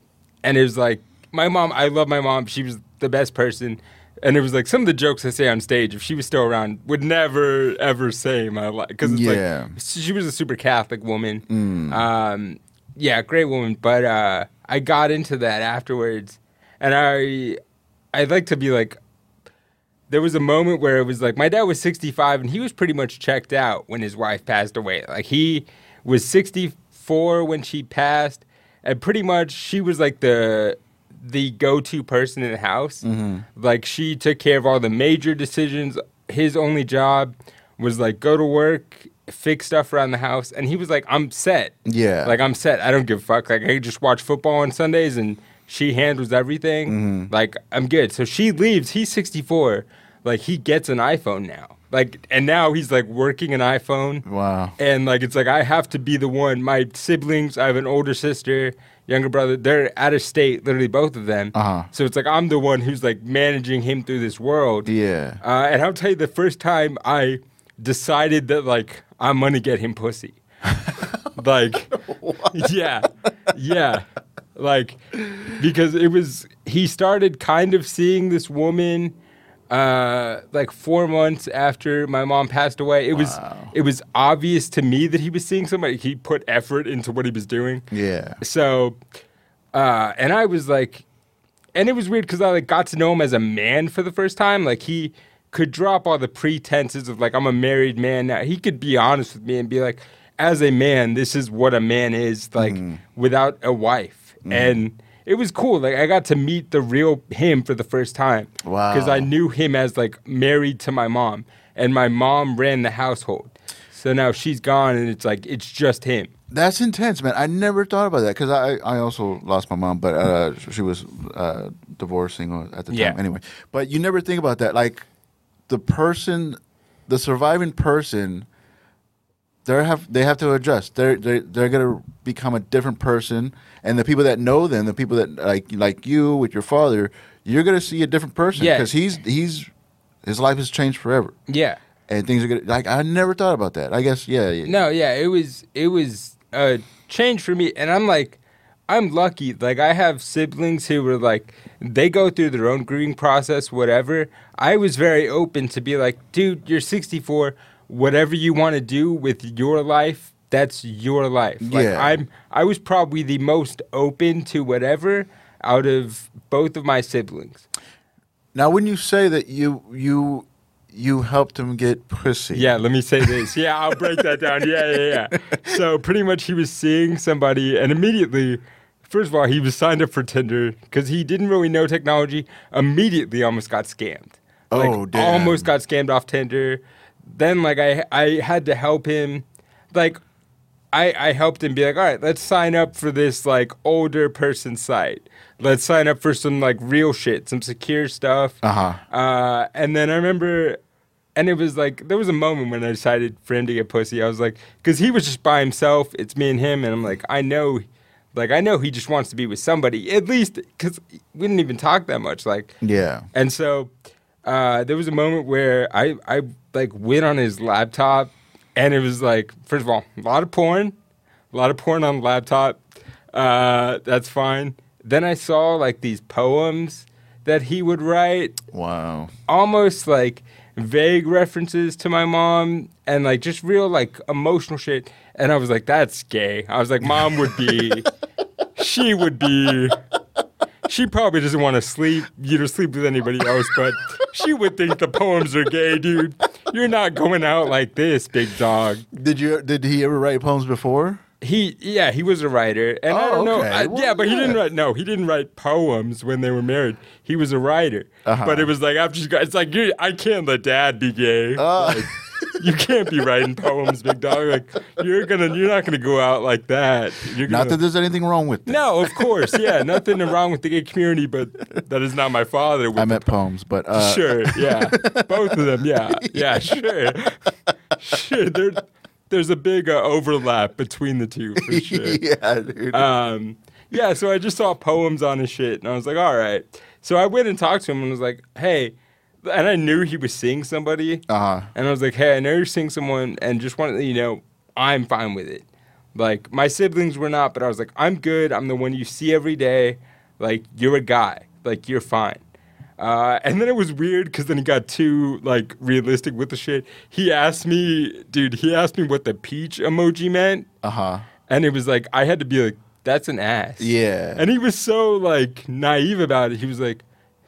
S1: and it was like my mom. I love my mom. She was the best person. And it was like some of the jokes I say on stage, if she was still around, would never ever say in my life because it's
S2: Yeah.
S1: like she was a super Catholic woman. Um, yeah, great woman. But uh, I got into that afterwards, and I, I'd like to be like. There was a moment where it was like my dad was 65 and he was pretty much checked out when his wife passed away. Like he was 64 when she passed, and pretty much she was like the the go-to person in the house. Like she took care of all the major decisions. His only job was like go to work, fix stuff around the house, and he was like, "I'm set."
S2: Yeah.
S1: like I'm set. I don't give a fuck. Like I just watch football on Sundays, and she handles everything.
S2: Mm-hmm.
S1: Like I'm good. So she leaves. He's 64. Like he gets an iPhone now. Like and now he's like working an iPhone.
S2: wow.
S1: And like it's like I have to be the one. My siblings, I have an older sister, younger brother. They're out of state, literally both of them.
S2: Uh-huh.
S1: So it's like I'm the one who's like managing him through this world.
S2: Yeah.
S1: Uh, and I'll tell you, the first time I decided that like I'm gonna get him pussy, like, yeah, yeah, like because it was he started kind of seeing this woman. Uh, like four months after my mom passed away, it was it was obvious to me that he was seeing somebody. He put effort into what he was doing.
S2: Yeah.
S1: So, uh, and I was like, and it was weird because I like got to know him as a man for the first time. Like he could drop all the pretenses of like I'm a married man now. He could be honest with me and be like, as a man, this is what a man is like without a wife. And it was cool. Like I got to meet the real him for the first time.
S2: Wow.
S1: Because I knew him as like married to my mom, and my mom ran the household. So now she's gone, and it's like it's just him.
S2: That's intense, man. I never thought about that because I, I also lost my mom, but uh, sh- she was uh, divorcing or- at the time.
S1: Yeah.
S2: Anyway, but you never think about that. Like the person, the surviving person, they have they have to adjust. They're they are they're gonna become a different person, and the people that know them, the people that like like you with your father, you're gonna see a different person
S1: Yeah.
S2: because he's he's his life has changed forever,
S1: Yeah.
S2: and things are gonna like I never thought about that. I guess yeah. yeah.
S1: No, yeah, it was it was a change for me, and I'm like, I'm lucky. Like I have siblings who were like they go through their own grieving process, whatever. I was very open to be like, dude, you're 64. Whatever you want to do with your life, that's your life. Like
S2: Yeah.
S1: I'm I was probably the most open to whatever out of both of my siblings.
S2: Now, wouldn't you say that you you you helped him get pussy?
S1: Yeah, let me say this. Yeah, I'll break that down. Yeah, yeah, yeah. So pretty much he was seeing somebody and immediately first of all, he was signed up for Tinder because he didn't really know technology. Immediately almost got scammed.
S2: Oh,
S1: like,
S2: damn.
S1: almost got scammed off Tinder. Then like I I had to help him. Like I, I helped him be like, all right, let's sign up for this like older person site. Let's sign up for some like real shit, some secure stuff.
S2: Uh-huh.
S1: Uh, and then I remember, and it was like there was a moment when I decided for him to get pussy. I was like, because he was just by himself. It's me and him, and I'm like, I know, like I know he just wants to be with somebody at least, because we didn't even talk that much. Like,
S2: Yeah.
S1: and so uh, there was a moment where I, I like went on his laptop, and it was like, first of all, a lot of porn, a lot of porn on the laptop. Uh, that's fine. Then I saw like these poems that he would write,
S2: Wow.
S1: almost like vague references to my mom and like just real like emotional shit. And I was like, that's gay. I was like, mom would be, she would be, she probably doesn't want to sleep, you know, sleep with anybody else, but she would think the poems are gay, dude. You're not going out like this, big dog.
S2: Did you did he ever write poems before?
S1: He, yeah, he was a writer, and I
S2: Oh,
S1: don't know.
S2: okay.
S1: I-
S2: Well,
S1: yeah, but he didn't
S2: yeah.
S1: write. No, he didn't write poems when they were marmarried. He was a writer,
S2: Uh-huh.
S1: but it was like after she got, it's like you I can't let dad be gay.
S2: Uh,
S1: *laughs* you can't be writing poems, big dog. Like you're gonna, you're not gonna go out like that. You're
S2: not
S1: gonna-
S2: that there's anything wrong with
S1: *laughs*
S2: that.
S1: no, of course, yeah, nothing wrong with the gay community, but that is not my father. with
S2: I meant poems, but
S1: *laughs*
S2: uh, *laughs*
S1: sure, yeah. Both of them, yeah. Yeah, sure. Sure. There, there's a big uh, overlap between the two, for
S2: *laughs*
S1: sure.
S2: yeah, dude.
S1: *laughs* Um, yeah, so I just saw poems on his shit, and I was like, all right. So I went and talked to him and was like, hey, and I knew he was seeing somebody.
S2: Uh-huh.
S1: And I was like, hey, I know you're seeing someone, and just wanted to let you know, I'm fine with it. Like, my siblings were not, but I was like, I'm good. I'm the one you see every day. Like, you're a guy. Like, you're fine. Uh, and then it was weird because then he got too like realistic with the shit. He asked me, dude. He asked me what the peach emoji meant,
S2: Uh huh.
S1: and it was like I had to be like, "That's an ass."
S2: Yeah.
S1: And he was so like naive about it. He was like,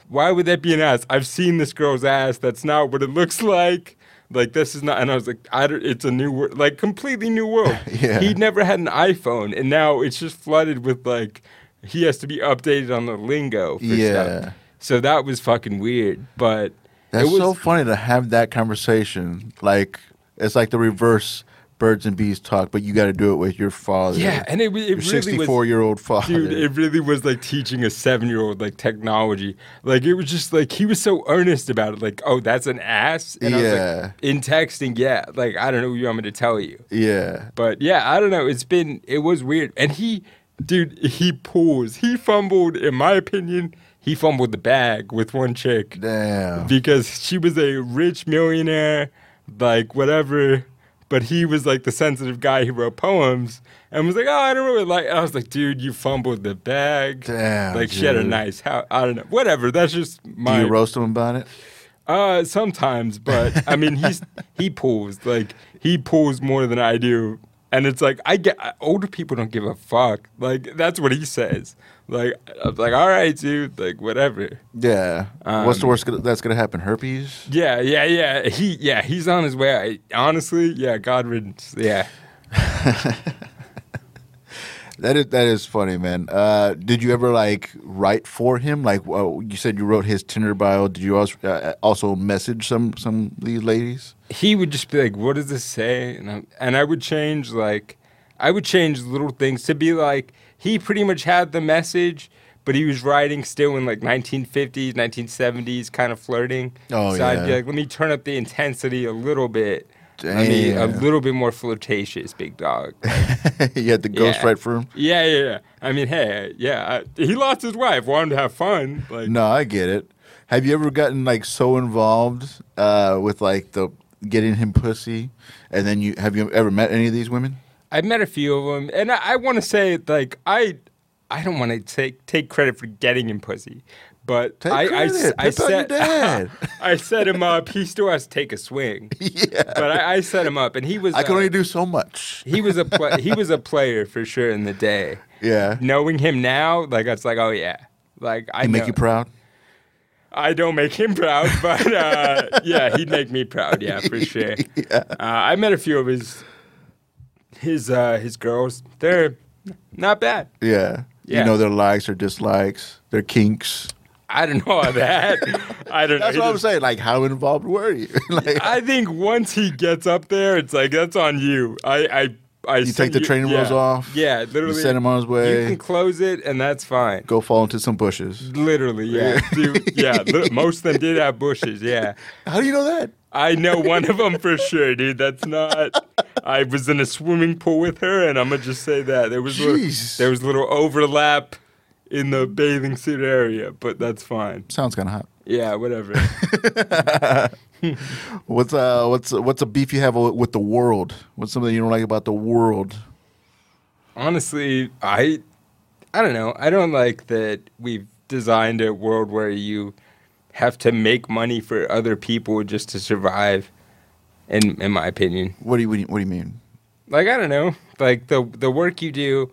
S1: "Why would that be an ass? I've seen this girl's ass. That's not what it looks *laughs* like. Like this is not." And I was like, "I don't, it's a new world, like completely new world."
S2: *laughs* Yeah.
S1: He'd never had an iPhone, and now it's just flooded with like he has to be updated on the lingo. For
S2: Yeah.
S1: Stuff. So that was fucking weird, but
S2: That's
S1: it was
S2: so funny to have that conversation. Like it's like the reverse birds and bees talk, but you got to do it with your father.
S1: yeah, and it, w- it
S2: your
S1: really was
S2: sixty-four year old father.
S1: Dude, it really was like teaching a seven year old like technology. Like it was just like he was so earnest about it. Like, oh, that's an ass. And I was
S2: Yeah.
S1: like, in texting, yeah. Like I don't know what you want me to tell you.
S2: yeah.
S1: But yeah, I don't know. It's been it was weird. And he dude, he pulls. He fumbled, in my opinion, he fumbled the bag with one chick
S2: Damn.
S1: because she was a rich millionaire, like whatever. But he was like the sensitive guy who wrote poems and was like, oh, I don't really like. And I was like, dude, you fumbled the bag.
S2: Damn,
S1: Like she had a
S2: dude.
S1: nice house. I don't know. Whatever. That's just
S2: Do
S1: my.
S2: you roast him about it?
S1: uh, sometimes, but I mean, he's *laughs* he pulls like he pulls more than I do, and it's like I get older people don't give a fuck. Like that's what he says. Like I'm like, all right, dude. Like whatever.
S2: Yeah. What's the
S1: Um,
S2: worst gonna- that's going to happen? Herpes?
S1: Yeah, yeah, yeah. He, yeah, he's on his way. I, honestly, yeah, God riddance. Yeah,
S2: That is that is funny, man. Uh, did you ever like write for him? Like uh, you said, you wrote his Tinder bio. Did you also uh, also message some some of these ladies? *laughs*
S1: he would just be like, "What does this say?" And I, and I would change like, I would change little things to be like, he pretty much had the message, but he was writing still in like 1950s, 1970s, kind of flirting.
S2: Oh,
S1: so I'd be
S2: yeah.
S1: like, "Let me turn up the intensity a little bit. Let me a
S2: Damn.
S1: little bit more flirtatious, big dog." *laughs*
S2: you had the ghost
S1: Yeah.
S2: right for him.
S1: yeah, yeah, yeah. I mean, hey, yeah, I, he lost his wife, wanted to have fun, like.
S2: No, I get it. Have you ever gotten like so involved uh, with like the getting him pussy, and then you have you ever met any of these women?
S1: I've met a few of them, and I, I want to say like I I don't want to take take credit for getting him pussy, but
S2: Take
S1: I I,
S2: credit.
S1: I
S2: Pimp out your
S1: set *laughs*
S2: dad.
S1: I set him up. He still has to take a swing,
S2: *laughs* yeah.
S1: but I, I set him up, and he was
S2: I can
S1: uh,
S2: only do so much.
S1: he was a pla he was a player for sure in the day.
S2: Yeah.
S1: Knowing him now, like it's like oh yeah, like I
S2: I make
S1: know-
S2: you proud.
S1: I don't make him proud, *laughs* but uh, yeah, he'd make me proud. Yeah,
S2: *laughs*
S1: for sure. Uh, I met a few of his his uh, his girls. They're not bad.
S2: Yeah.
S1: Yeah.
S2: You know their likes, their dislikes, their kinks.
S1: I don't know all that. I don't
S2: *laughs* That's
S1: know.
S2: what
S1: He
S2: I'm
S1: just-
S2: saying. Like, how involved were you? *laughs* like,
S1: I think once he gets up there, it's like that's on you. I I, I
S2: you take the training
S1: yeah.
S2: wheels off.
S1: Yeah, literally.
S2: You send him on his
S1: You
S2: way.
S1: can close it, and that's fine.
S2: Go fall into some bushes.
S1: Literally,
S2: *laughs*
S1: yeah, Dude, yeah. li- Most of them did have bushes. Yeah,
S2: How do you know that?
S1: I know one of them for sure, dude. That's not. I was in a swimming pool with her, and I'm gonna just say that there was little,
S2: Jeez.
S1: there was little overlap in the bathing suit area, but that's fine.
S2: Sounds kind of hot.
S1: Yeah, whatever.
S2: What's uh, what's what's a beef you have wi- with the world? What's something you don't like about the world?
S1: Honestly, I, I don't know. I don't like that we've designed a world where you have to make money for other people just to survive. In in my opinion.
S2: What do you what do you, what do you mean?
S1: like I don't know, like the the work you do,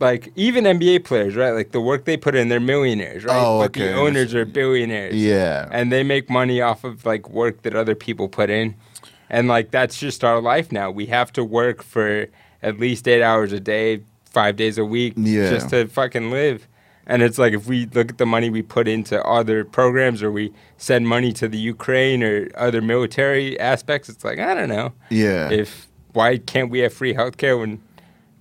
S1: like even NBA players, right? Like the work they put in, they're millionaires, right?
S2: Oh,
S1: but
S2: okay.
S1: the owners are billionaires.
S2: Yeah.
S1: And they make money off of like work that other people put in. And like that's just our life now. We have to work for at least eight hours a day, five days a week,
S2: Yeah.
S1: just to fucking live. And it's like if we look at the money we put into other programs or we send money to the Ukraine or other military aspects, it's like, I don't know
S2: yeah.
S1: if why can't we have free healthcare when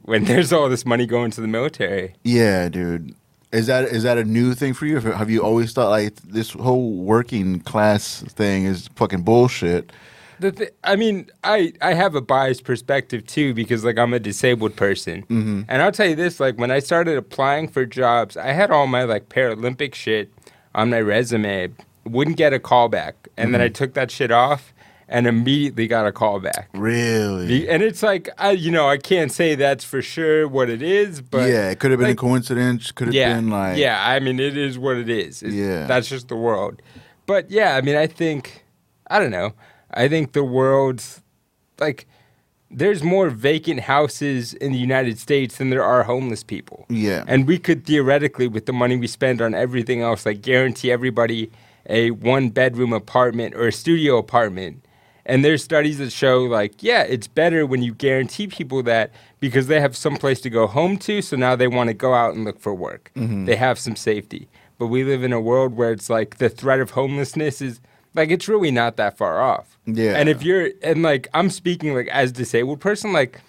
S1: when *laughs* there's all this money going to the military?
S2: Yeah, dude. Is that is that a new thing for you? If- Have you always thought like this whole working class thing is fucking bullshit?
S1: The th- I mean, I I have a biased perspective too because like I'm a disabled person,
S2: Mm-hmm.
S1: and I'll tell you this: like when I started applying for jobs, I had all my like Paralympic shit on my resume, wouldn't get a call back, and then I
S2: Mm-hmm.
S1: took that shit off and immediately got a call back.
S2: Really?
S1: The- and it's like I, you know, I can't say that's for sure what it is, but
S2: yeah, it could have been
S1: like-
S2: a coincidence. Could have been like
S1: yeah i mean it is what it is It's-
S2: Yeah.
S1: that's just the world but yeah i mean i think i don't know i think the world's like there's more vacant houses in the united states than there are homeless people
S2: Yeah.
S1: and we could theoretically with the money we spend on everything else like guarantee everybody a one bedroom apartment or a studio apartment and there's studies that show like yeah it's better when you guarantee people that because they have some place to go home to so now they want to go out and look for work they have some safety but we live in a world where it's like the threat of homelessness is like it's really not that far off
S2: Yeah.
S1: and if you're and like i'm speaking like as disabled person like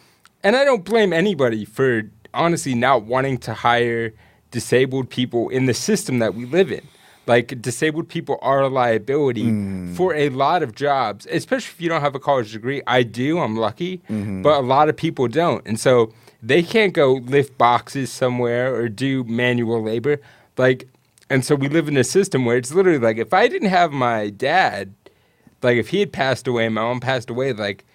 S1: and i don't blame anybody for honestly not wanting to hire disabled people in the system that we live in like disabled people are a liability for a lot of jobs especially if you don't have a college degree i do i'm lucky but a lot of people don't and so they can't go lift boxes somewhere or do manual labor like and so we live in a system where it's literally like if i didn't have my dad like if he had passed away, my mom passed away, like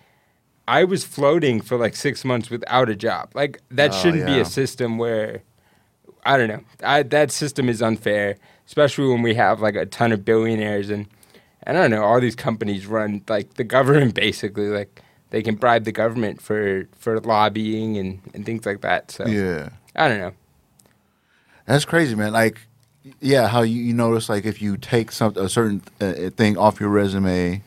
S1: I was floating for like six months without a job. Like that
S2: Oh,
S1: shouldn't be
S2: yeah.
S1: a system where I don't know. I, that system is unfair, especially when we have like a ton of billionaires and and I don't know. All these companies run like the government *laughs* basically. Like they can bribe the government for for lobbying and and things like that. So
S2: yeah.
S1: I don't know.
S2: That's crazy, man. Like, yeah, how you, you notice like if you take some a certain uh, thing off your resume,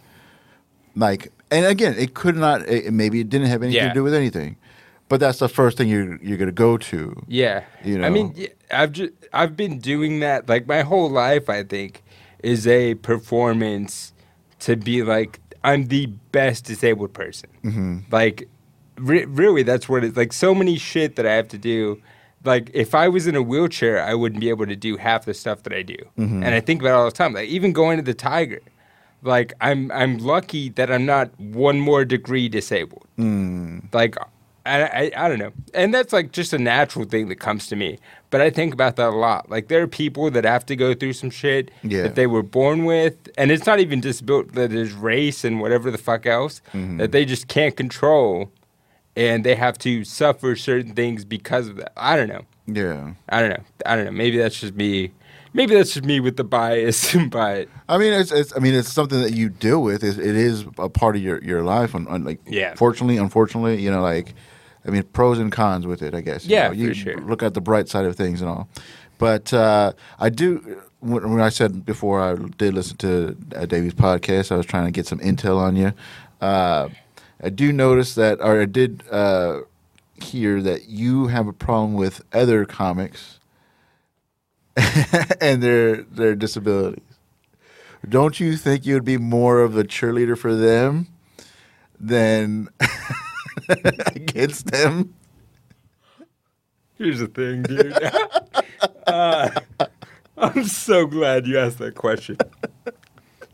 S2: like, and again, it could not. It, it- maybe it didn't have anything
S1: Yeah.
S2: to do with anything, but that's the first thing you're you're gonna go to.
S1: Yeah.
S2: You
S1: I mean,
S2: know?
S1: y- I've just I've been doing that like my whole life. I think is a performance to be like I'm the best disabled person.
S2: Mm. Mm-hmm.
S1: Like, re- really, that's what it's like. So many shit that I have to do. Like, if I was in a wheelchair, I wouldn't be able to do half the stuff that I do.
S2: Mm-hmm.
S1: And I think about it all the time. Like, even going to the Tiger. Like I'm, I'm lucky that I'm not one more degree disabled
S2: Mm-hmm.
S1: like I, I I don't know, and that's like just a natural thing that comes to me. But I think about that a lot. Like there are people that have to go through some shit
S2: Yeah.
S1: that they were born with, and it's not even disability that is race and whatever the fuck else that they just can't control, and they have to suffer certain things because of that. I don't know.
S2: Yeah.
S1: I don't know. I don't know. Maybe that's just me. Maybe that's just me with the bias, *laughs* but
S2: I mean, it's, it's I mean, it's something that you deal with. It, it is a part of your your life. On, like,
S1: Yeah.
S2: Fortunately, unfortunately, you know, like, I mean, pros and cons with it. I guess. you
S1: Yeah,
S2: know. you
S1: for sure.
S2: Look at the bright side of things and all. But uh, I do. When, when I said before, I did listen to uh, Davey's podcast. I was trying to get some intel on you. Uh, I do notice that, or I did uh, hear that you have a problem with other comics *laughs* and their their disabilities. Don't you think you'd be more of a cheerleader for them than *laughs* against them?
S1: here's the thing, dude. *laughs* Uh, *laughs* I'm so glad you asked that question.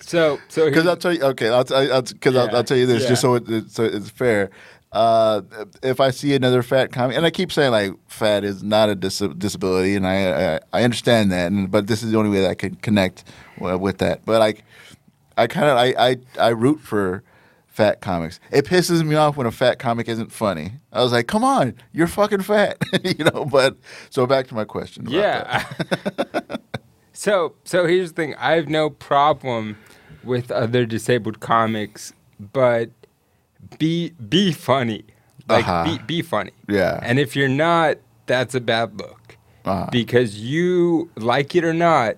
S1: So, so
S2: Because
S1: here-
S2: I'll tell you, okay, I'll, i I'll, because I'll,
S1: Yeah,
S2: I'll tell you this,
S1: yeah.
S2: just so, it, so it's fair. Uh, if I see another fat comic, and I keep saying like fat is not a dis- disability, and I, I I understand that, and but this is the only way that I could connect uh, with that. But like, I kind of I, I I root for fat comics. It pisses me off when a fat comic isn't funny. I was like, come on, you're fucking fat, *laughs* you know. But so back to my question. about that.
S1: yeah. *laughs* so, so here's the thing. I have no problem with other disabled comics, but be be funny. Like be
S2: Uh-huh.
S1: be funny.
S2: Yeah.
S1: And if you're not, that's a bad look.
S2: Uh-huh.
S1: Because you, like it or not,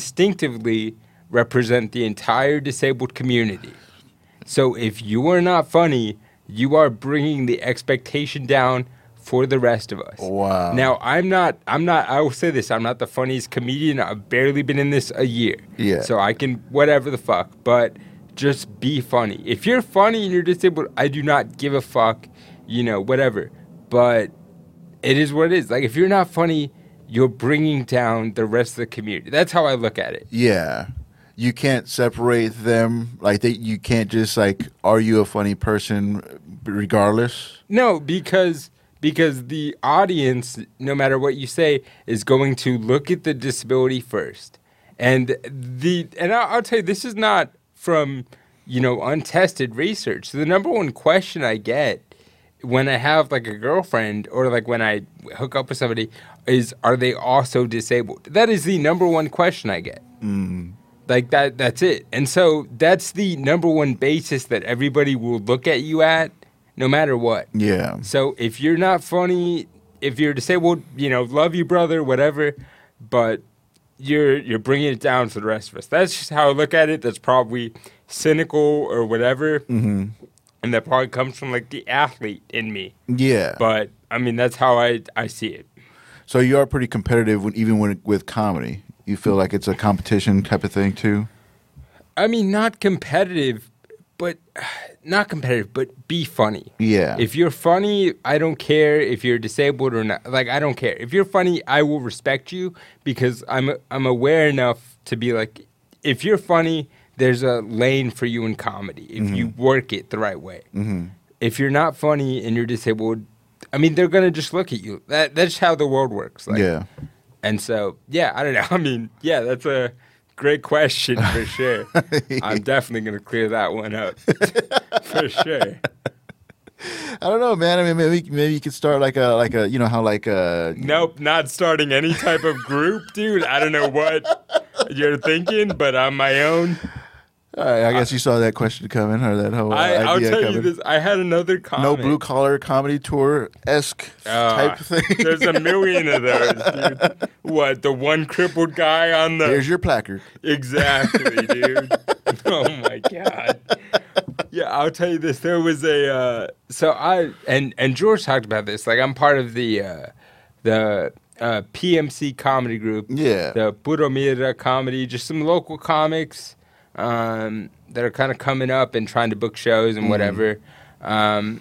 S1: instinctively represent the entire disabled community. So if you are not funny, you are bringing the expectation down for the rest of us.
S2: Wow.
S1: Now I'm not. I'm not. I will say this. I'm not the funniest comedian. I've barely been in this a year.
S2: Yeah.
S1: So I can whatever the fuck. But just be funny. If you're funny and you're disabled, I do not give a fuck. You know, whatever. But it is what it is. Like if you're not funny, you're bringing down the rest of the community. That's how I look at it.
S2: Yeah. You can't separate them. Like they, you can't just like, are you a funny person, regardless?
S1: No, because because the audience, no matter what you say, is going to look at the disability first, and the and I'll, I'll tell you this is not from you know untested research. The number one question I get when I have like a girlfriend or like when I hook up with somebody is, are they also disabled? That is the number one question I get. Like that that's it. And so that's the number one basis that everybody will look at you at no matter what.
S2: Yeah.
S1: So if you're not funny, if you're disabled, you know, love you brother, whatever, but you're you're bringing it down for the rest of us. That's just how I look at it. That's probably cynical or whatever. Mm-hmm. And that probably comes from like the athlete in me.
S2: Yeah.
S1: But I mean that's how I I see it.
S2: so you are pretty competitive, when, even when with comedy. You feel like it's a competition type of thing too.
S1: I mean, not competitive, but *sighs* not competitive, but be funny.
S2: Yeah.
S1: If you're funny, I don't care if you're disabled or not. Like I don't care. If you're funny, I will respect you because I'm I'm aware enough to be like if you're funny, there's a lane for you in comedy if you
S2: Mm-hmm.
S1: work it the right way. If you're not funny and you're disabled, I mean they're going to just look at you. That that's how the world works. Like
S2: yeah.
S1: and so, yeah, I don't know. *laughs* I mean, yeah, that's a great question
S2: *laughs*
S1: for sure. I'm definitely going to clear that one up *laughs* for sure.
S2: I don't know, man. I mean, maybe maybe you could start like a like a you know how like uh, a
S1: Nope, not starting any type of group, dude. I don't know what you're thinking, but on my own,
S2: all right, I guess you saw that question coming or that whole
S1: I,
S2: idea
S1: I'll tell
S2: coming.
S1: you this. I had another
S2: no
S1: comment.
S2: blue collar comedy tour esque
S1: *laughs* Ah,
S2: type thing.
S1: There's a million of those, dude. What, the one crippled guy on the.
S2: *laughs* Here's your placard.
S1: Exactly, dude. *laughs* oh my god. Yeah, I'll tell you this. There was a uh, so I and and George talked about this. Like I'm part of the uh, the uh, PMC comedy group.
S2: Yeah.
S1: The Buromira comedy, just some local comics um, that are kind of coming up and trying to book shows and whatever. Um,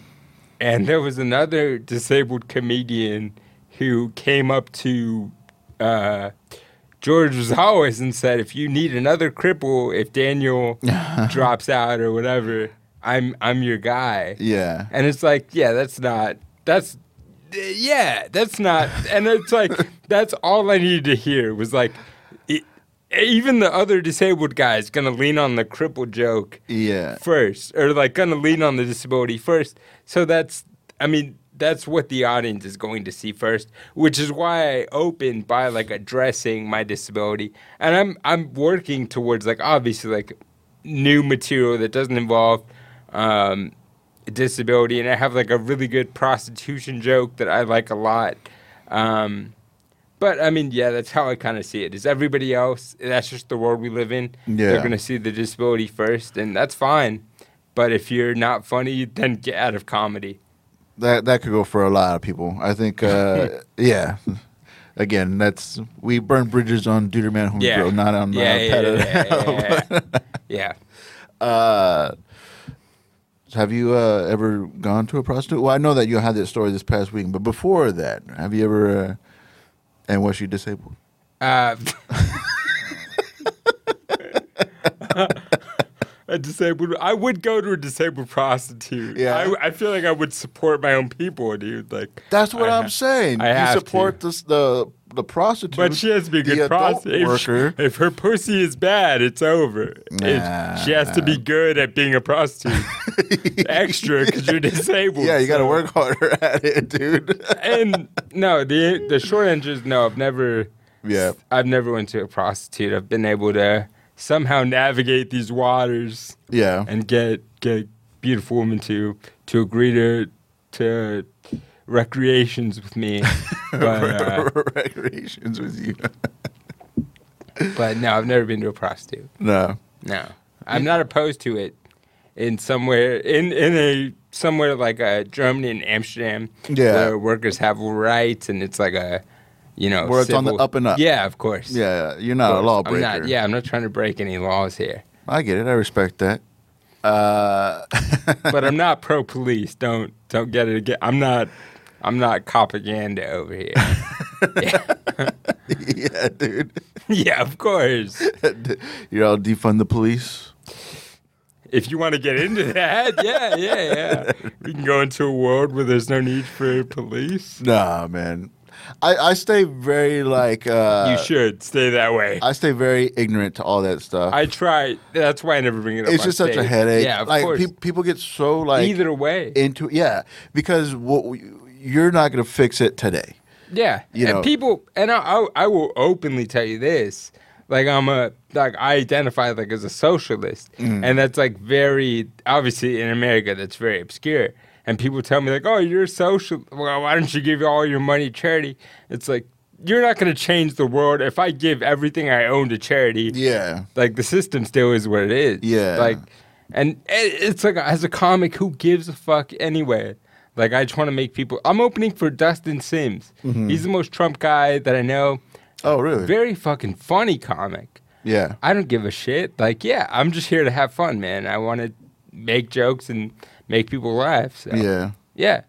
S1: and there was another disabled comedian who came up to uh, George Rosales and said, "If you need another cripple, if Daniel drops out or whatever, I'm I'm your guy."
S2: *laughs* Yeah.
S1: And it's like, yeah, that's not that's yeah, that's not. And it's like that's all I needed to hear was like. e- even the other disabled guy is gonna lean on the cripple joke
S2: Yeah.
S1: first, or like gonna lean on the disability first. So that's, I mean, that's what the audience is going to see first, which is why I opened by like addressing my disability, and I'm I'm working towards like obviously like new material that doesn't involve um, disability, and I have like a really good prostitution joke that I like a lot. Um, but I mean, yeah, that's how I kind of see it. Is everybody else? That's just the world we live in.
S2: Yeah.
S1: They're gonna see the disability first, and that's fine. But if you're not funny, then get out of comedy.
S2: that that could go for a lot of people. I
S1: *laughs*
S2: think, uh, yeah. Again, that's we burn bridges on Deuterman whom
S1: Yeah.
S2: we grow, not on
S1: yeah,
S2: uh,
S1: yeah,
S2: Peta.
S1: yeah, yeah, yeah. Yeah.
S2: *laughs* Uh, have you uh, ever gone to a prostitute? Well, I know that you had that story this past week, but before that, have you ever? Uh, and was she disabled?
S1: Uh, *laughs* a disabled. I would go to a disabled prostitute.
S2: Yeah.
S1: I, I feel like I would support my own people, dude. Like,
S2: That's what
S1: I
S2: I'm
S1: ha-
S2: saying.
S1: I
S2: you
S1: have
S2: support this, the the prostitute,
S1: but she has to be a
S2: the
S1: good
S2: adult
S1: prostitute. If, she-
S2: worker.
S1: if her pussy is bad, it's over.
S2: Nah.
S1: If she has to be good at being a
S2: *laughs*
S1: prostitute. *laughs* Extra because you're disabled.
S2: Yeah, you got to
S1: so-
S2: work harder *laughs* at
S1: *laughs*
S2: it, dude.
S1: And no, the the short answer is no. I've never.
S2: yeah.
S1: I've never went to a prostitute. I've been able to somehow navigate these waters
S2: Yeah. *laughs*
S1: and get get beautiful women to to agree to to recreations with
S2: *laughs*
S1: me. but, uh,
S2: recreations with you.
S1: but no, I've never been to a prostitute.
S2: no.
S1: *laughs* No, I'm not opposed to it. In somewhere in in a somewhere like uh, Germany and Amsterdam,
S2: Yeah.
S1: where workers have rights and it's like a you know
S2: Where it's on the
S1: civil-
S2: up and up.
S1: Yeah, of course.
S2: Yeah, you're not a
S1: course.
S2: lawbreaker.
S1: I'm not, yeah, I'm not trying to break any laws
S2: *laughs*
S1: here,
S2: I get it. I respect that. Uh, *laughs*
S1: but I'm not pro police. Don't don't get it again. I'm not I'm not propaganda over
S2: *laughs*
S1: here. *laughs* yeah.
S2: yeah, dude.
S1: yeah, of course.
S2: You're all defund the police.
S1: If you want to get into that, yeah, yeah,
S2: *laughs*
S1: yeah. We can go into a world where there's no need for police.
S2: Nah, man. I, I stay very like uh,
S1: you should stay that way. I,
S2: I stay very ignorant to all that stuff.
S1: try. That's why I never bring it up.
S2: it's
S1: on
S2: just such a
S1: stage.
S2: headache.
S1: Yeah, of
S2: like
S1: course.
S2: peop- people get so like
S1: Either way,
S2: into yeah because what we, you're not gonna fix it today.
S1: yeah.
S2: you
S1: and
S2: know.
S1: people, and I, I, I will openly tell you this. Like I'm a like I identify like as a socialist,
S2: Mm.
S1: and that's like very obviously in America that's very obscure. And people tell me like, "Oh, you're a social. Well, why don't you give all your money to charity?" It's like you're not going to change the world if I give everything I own to charity.
S2: Yeah,
S1: like the system still is what it is.
S2: Yeah.
S1: Like, and it, it's like as a comic, who gives a fuck anyway? Like I just want to make people. I'm opening for Dustin Sims.
S2: Mm-hmm.
S1: He's the most Trump guy that I know.
S2: Oh, really?
S1: Very fucking funny comic.
S2: yeah.
S1: I don't give a shit. Like, yeah, I'm just here to have fun, man. I want to make jokes and make people laugh. So.
S2: Yeah.
S1: Yeah.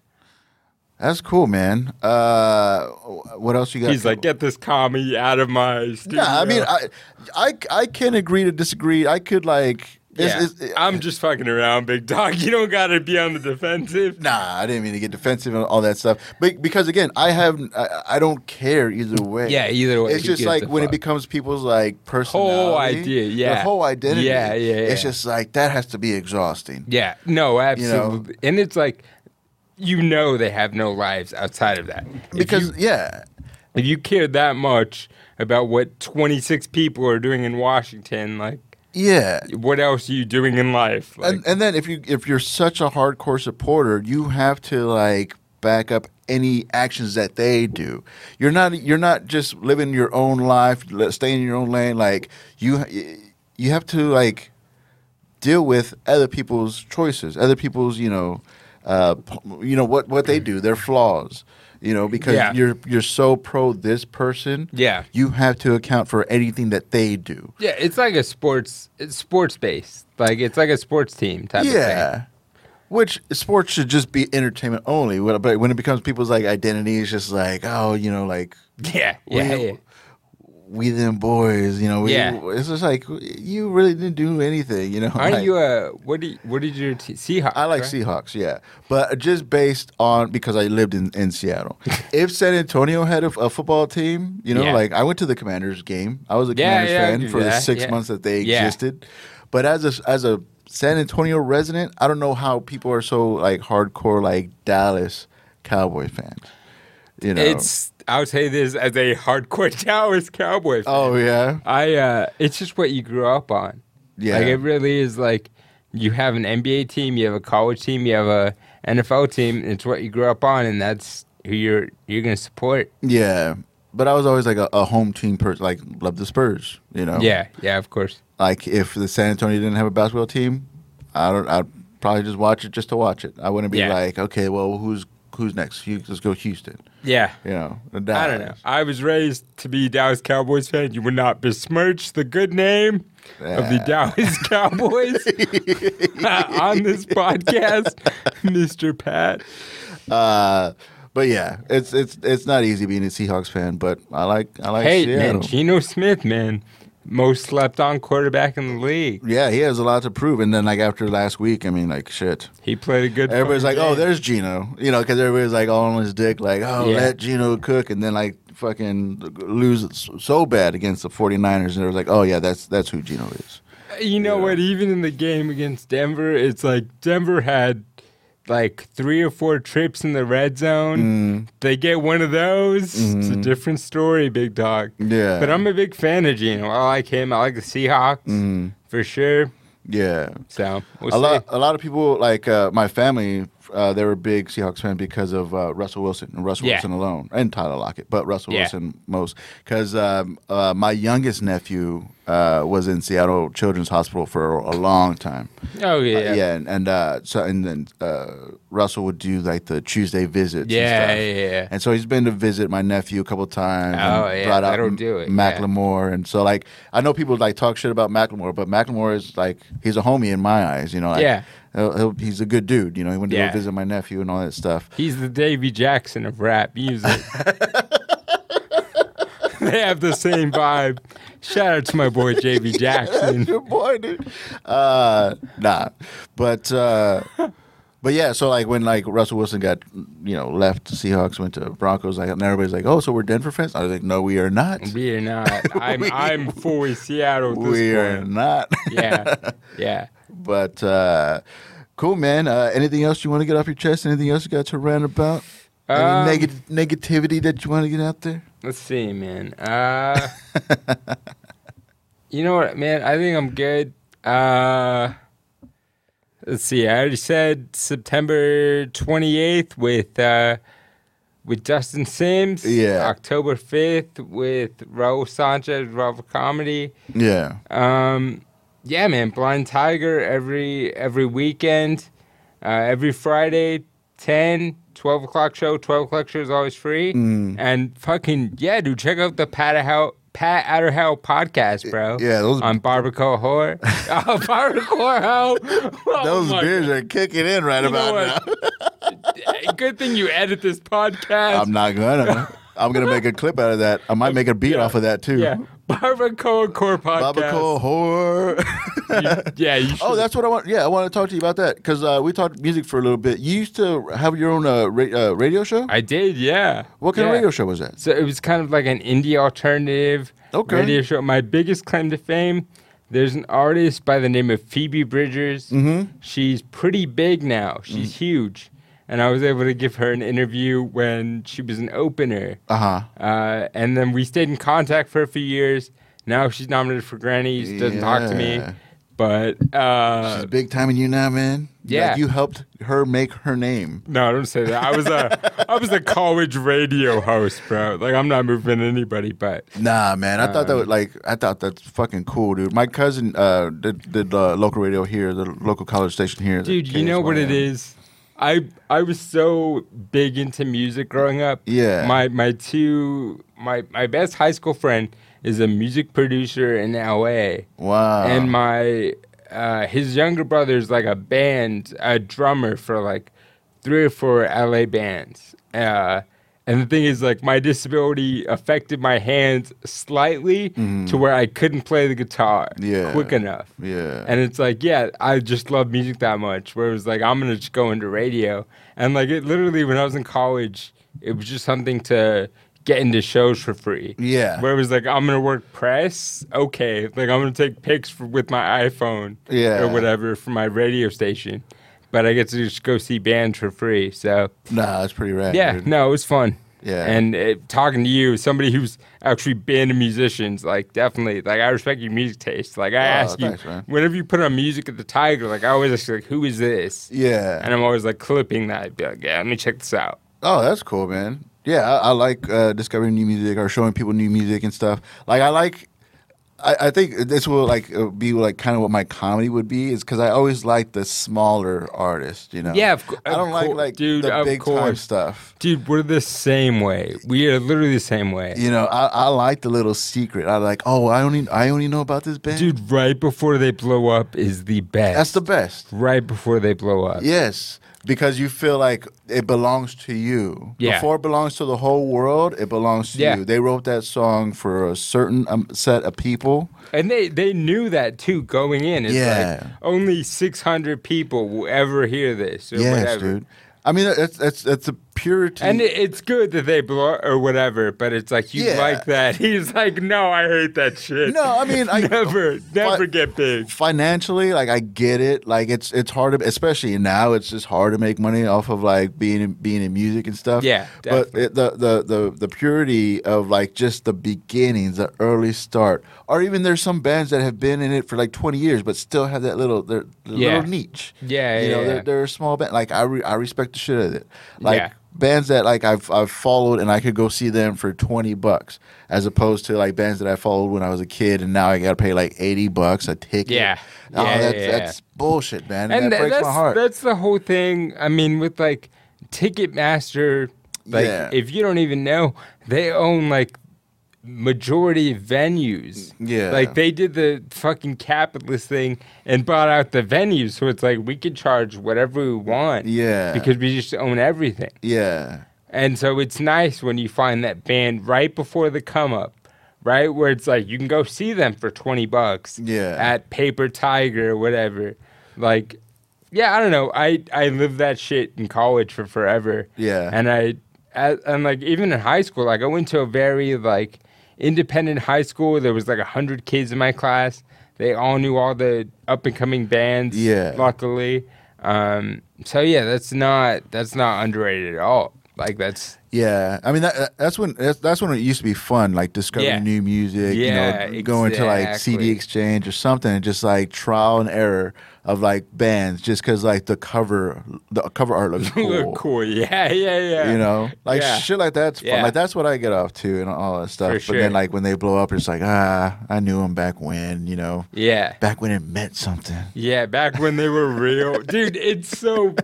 S2: That's cool, man. Uh, what else you got?
S1: He's like, get this commie out of my studio.
S2: no, I mean, I, I, I can agree to disagree. I could like, it's-
S1: yeah.
S2: it's-
S1: I'm just fucking around, big dog. *laughs* You don't got to be on the defensive.
S2: nah, I didn't mean to get defensive and all that stuff. But because again, I have, I, I don't care either way.
S1: Yeah, either way,
S2: It's
S1: who
S2: just
S1: gives
S2: like
S1: a
S2: when it
S1: fuck?
S2: becomes people's like personality,
S1: idea,
S2: their
S1: yeah.
S2: whole identity.
S1: Yeah, yeah,
S2: It's
S1: yeah.
S2: just like that has to be exhausting.
S1: Yeah, no,
S2: know?
S1: absolutely. And it's like, you know, they have no lives outside of that. If
S2: Because
S1: you,
S2: yeah,
S1: if you care that much about what 26 people are doing in Washington, like,
S2: yeah.
S1: what else are you doing in life? Like,
S2: and, and then if you if you're such a hardcore supporter, you have to like back up any actions that they do. You're not you're not just living your own life, le- stay in your own lane. Like you you have to like deal with other people's choices, other people's you know, uh, p- you know what what they do, their flaws. You know because
S1: Yeah.
S2: you're you're so pro this person.
S1: Yeah.
S2: you have to account for anything that they do.
S1: yeah, it's like a sports, it's sports based. Like, it's like a sports team type of thing.
S2: Yeah. Which sports should just be entertainment only, When- but when it becomes people's like identity, it's just like, oh, you know, like
S1: *laughs* Yeah, yeah,
S2: we, *laughs*
S1: yeah.
S2: we them boys, you know. We,
S1: Yeah.
S2: It's just like you really didn't do anything, you know.
S1: Aren't
S2: like-
S1: you a what? Do you, what did your te- Seahawks?
S2: I like
S1: right?
S2: Seahawks, yeah, but just based on because I lived in, in Seattle.
S1: *laughs*
S2: if San Antonio had a, f- a football team, you know,
S1: Yeah.
S2: like I went to the Commanders game. I was a
S1: Yeah,
S2: Commanders
S1: yeah, I
S2: fan
S1: do
S2: for the
S1: that,
S2: six
S1: yeah.
S2: months that they
S1: Yeah.
S2: existed, but as a as a San Antonio resident, I don't know how people are so like hardcore like Dallas Cowboy fan. You know.
S1: It's I'll say this as a hardcore *laughs* Dallas Cowboy. fan.
S2: oh yeah,
S1: I uh, it's just what you grew up on.
S2: yeah.
S1: Like it really is like you have an NBA team, you have a college team, you have a NFL team, and it's what you grew up on and that's who you're you're gonna support.
S2: Yeah, but I was always like a, a home team person. Like love the Spurs, you know.
S1: Yeah, yeah, of course.
S2: Like if the San Antonio didn't have a basketball team, I don't. I'd probably just watch it just to watch it. I wouldn't be
S1: Yeah.
S2: like, okay, well, who's who's next? You, let's go Houston.
S1: Yeah.
S2: You know. the
S1: I don't know.
S2: Dallas.
S1: I was raised to be a Dallas Cowboys fan. You would not besmirch the good name of the
S2: Yeah. *laughs*
S1: Dallas Cowboys on this podcast, Mr. Pat.
S2: Uh, but yeah, it's it's it's not easy being a Seahawks fan, but I like I like
S1: Hey,
S2: Seattle.
S1: man, Geno Smith, man, most slept on quarterback in the league.
S2: yeah, he has a lot to prove, and then like after last week, I mean, like shit.
S1: He played a good.
S2: Everybody's like,
S1: fucking
S2: "Oh,
S1: game.
S2: there's Gino," you know, because everybody's like all on his dick, like, "Oh,
S1: Yeah.
S2: let Gino cook," and then like fucking lose it s- so bad against the 49ers, and it was like, "Oh yeah, that's that's who Gino is."
S1: You know
S2: Yeah.
S1: what? Even in the game against Denver, it's like Denver had like three or four trips in the red
S2: Mm.
S1: zone. They get one of those. It's a different story, big dog.
S2: Mm-hmm. Yeah,
S1: But I'm a big fan of Geno. I like him. I like the Seahawks for sure.
S2: yeah.
S1: So we'll
S2: Mm-hmm. A
S1: see.
S2: lot, a lot of people like uh, my family, uh, they were big Seahawks fan because of uh, Russell Wilson and Russell
S1: Yeah.
S2: Wilson alone, and Tyler Lockett, but Russell
S1: Yeah.
S2: Wilson most. Because um, uh, my youngest nephew uh, was in Seattle Children's Hospital for a long time.
S1: oh yeah,
S2: Uh, yeah, and, and uh, so and then uh, Russell would do like the Tuesday visits.
S1: Yeah,
S2: and,
S1: yeah,
S2: stuff.
S1: yeah.
S2: and so he's been to visit my nephew a couple times. and
S1: Oh, yeah,
S2: brought out
S1: that'll
S2: M-
S1: do it, yeah.
S2: Macklemore, and so like I know people like talk shit about Macklemore, but Macklemore is like he's a homie in my eyes. You know, like,
S1: Yeah.
S2: he'll, he'll, he's a good dude. You know, he went to go
S1: Yeah.
S2: visit my nephew and all that stuff.
S1: He's the Davy Jackson of rap
S2: *laughs*
S1: music. they have the same vibe. Shout out to my boy JB
S2: *laughs*
S1: Jackson.
S2: Your boy, dude. Uh, nah, but uh, but yeah. So like when like Russell Wilson got you know left the Seahawks, went to Broncos, like and everybody's like, oh, so we're Denver fans. I was like, no, we are not.
S1: We are
S2: *laughs*
S1: not. I'm I'm fully Seattle. At this
S2: We are
S1: point.
S2: not. *laughs*
S1: Yeah, yeah.
S2: but uh, cool, man. Uh, anything else you want to get off your chest? Anything else you got to rant about? Any
S1: Um,
S2: nega- negativity that you want to get out there?
S1: Let's see, man.
S2: *laughs*
S1: Uh, you know what, man? I think I'm good. Uh, let's see. I already said September 28th with uh, with Justin Sims.
S2: Yeah.
S1: October 5th with Raul Sanchez, Raul Comedy.
S2: Yeah.
S1: Um, yeah, man, Blind Tiger every every weekend, uh, every Friday, 10, 12 o'clock show. Twelve o'clock show is always free.
S2: Mm.
S1: And fucking yeah, dude, check out the Pat How Pat Adderhell podcast, bro.
S2: Yeah, those-
S1: on Barbacoa
S2: *laughs*
S1: Whore. oh, Barbacoa Hoe. Oh,
S2: Those
S1: my
S2: beers are kicking in right
S1: God. You know
S2: about now.
S1: what? Good thing you edit this podcast.
S2: I'm not gonna. I'm gonna make a clip out of that. I might make a beat off of that too.
S1: yeah, Barbacoa Core podcast.
S2: Barbacoa whore.
S1: *laughs* You- yeah, you should.
S2: *laughs* oh, that's what I want. Yeah, I want to talk to you about that because uh, we talked music for a little bit. You used to have your own uh, ra- uh, radio show.
S1: I did. Yeah.
S2: what kind
S1: yeah.
S2: of radio show was that?
S1: So it was kind of like an indie alternative
S2: Okay.
S1: radio show. My biggest claim to fame, there's an artist by the name of Phoebe Bridgers. Mm-hmm. She's pretty big now.
S2: Mm.
S1: She's huge. And I was able to give her an interview when she was an opener.
S2: Uh huh.
S1: Uh, and then we stayed in contact for a few years. Now she's nominated for Granny's, doesn't talk to me.
S2: Yeah.
S1: But uh,
S2: She's big time in you now, man.
S1: yeah.
S2: Like, you helped her make her name.
S1: No, don't say that. I was a I
S2: *laughs*
S1: was a college radio host, bro. Like I'm not moving anybody, but
S2: Nah, man. I
S1: Uh.
S2: thought that was like I thought that's fucking cool, dude. My cousin uh, did, did uh, local radio here, the local college station here.
S1: dude, you know what it
S2: KSYM.
S1: is? I I was so big into music growing up.
S2: Yeah.
S1: My my two my my best high school friend is a music producer in LA.
S2: Uh-huh. Wow.
S1: and my uh, his younger brother's like a band, a drummer for like three or four LA bands. Uh, and the thing is, like, my disability affected my hands slightly to where I couldn't play the guitar
S2: Mm-hmm. Yeah.
S1: quick enough.
S2: yeah.
S1: And it's like, yeah, I just love music that much. Where it was like, I'm gonna just go into radio, and like it literally when I was in college, it was just something to get into shows for free.
S2: Yeah.
S1: Where it was like, I'm gonna work press, okay, like I'm gonna take pics for, with my iPhone,
S2: Yeah.
S1: or whatever for my radio station. but I get to just go see bands for free. So
S2: Nah, it's pretty rad.
S1: yeah,
S2: dude.
S1: no, it was fun.
S2: Yeah.
S1: and it, talking to you, somebody who's actually been to musicians, like definitely, like I respect your music taste. Like I ask you,
S2: Oh, thanks, man.
S1: whenever you put on music at the Tiger, like I always ask, like, who is this?
S2: Yeah.
S1: And I'm always like clipping that. I'd be like, yeah, let me check this out.
S2: Oh, that's cool, man. Yeah, I, I like uh, discovering new music or showing people new music and stuff. Like, I like. I, I think this will like uh, be like kind of what my comedy would be is because I always like the smaller artists, you know.
S1: Yeah, of cou-
S2: I don't
S1: of
S2: like
S1: cour-
S2: like
S1: dude,
S2: the
S1: of
S2: big time
S1: course.
S2: stuff.
S1: Dude, we're the same way. We are literally the same way.
S2: You know, I, I like the little secret. I like, oh, I only I only know about this band.
S1: Dude, right before they blow up is the best.
S2: that's the best.
S1: right before they blow up.
S2: Yes, because you feel like it belongs to you.
S1: Yeah.
S2: Before it belongs to the whole world, it belongs to
S1: Yeah.
S2: you. They wrote that song for a certain um, set of people.
S1: And they they knew that too going in. It's
S2: Yeah.
S1: like only 600 people will ever hear this or
S2: yes,
S1: whatever.
S2: dude. I mean, that's that's that's a purity.
S1: And it, it's good that they blow or whatever, but it's like you
S2: Yeah.
S1: like that. *laughs* He's like, "No, I hate that shit."
S2: No, I mean,
S1: *laughs*
S2: I-
S1: never never
S2: Fi-
S1: get big.
S2: financially, like I get it. Like it's it's hard to, especially now, it's just hard to make money off of like being in, being in music and stuff.
S1: Yeah,
S2: but
S1: definitely.
S2: it, the, the the the purity of like just the beginnings, the early start, or even there's some bands that have been in it for like 20 years, but still have that little their, their
S1: Yeah.
S2: little niche.
S1: Yeah,
S2: you know,
S1: yeah, yeah.
S2: They're, they're a small band. Like I re, I respect the shit out of it. Like.
S1: Yeah.
S2: Bands that like I've I've followed and I could go see them for twenty bucks as opposed to like bands that I followed when I was a kid and now I gotta pay like eighty bucks a ticket ticket.
S1: Yeah.
S2: Oh,
S1: Yeah,
S2: that's,
S1: yeah, yeah.
S2: that's bullshit, man.
S1: and
S2: that
S1: tha-
S2: breaks
S1: that's
S2: my heart.
S1: that's the whole thing. I mean, with like Ticketmaster, like
S2: Yeah.
S1: if you don't even know, they own like majority of venues.
S2: Yeah.
S1: like they did the fucking capitalist thing and bought out the venues, so it's like we can charge whatever we want.
S2: Yeah.
S1: because we just own everything,
S2: yeah.
S1: and so it's nice when you find that band right before the come up. Right where it's like you can go see them for twenty bucks
S2: Yeah.
S1: at Paper Tiger or whatever. Like, yeah, I don't know. I I lived that shit in college for forever.
S2: Yeah.
S1: and I a- and like even in high school, like I went to a very like independent high school. There was like a hundred kids in my class. They all knew all the up and coming bands.
S2: Yeah.
S1: luckily. Um, so yeah, that's not that's not underrated at all. Like *laughs* that's
S2: Yeah, I mean that, that's when that's, that's when it used to be fun, like discovering
S1: Yeah.
S2: new music.
S1: Yeah,
S2: you know, going to like CD
S1: exactly.
S2: Exchange or something, and just like trial and error of like bands, just because like the cover the cover art looks
S1: *laughs*
S2: cool.
S1: look cool. Yeah, yeah, yeah.
S2: You know, like
S1: Yeah.
S2: shit like that's fun.
S1: Yeah.
S2: Like that's what I get off to and all that stuff.
S1: For
S2: but
S1: sure.
S2: then like when they blow up, it's like ah, I knew them back when. You know,
S1: Yeah.
S2: back when it meant something.
S1: Yeah, back when they were *laughs* real. Dude, it's so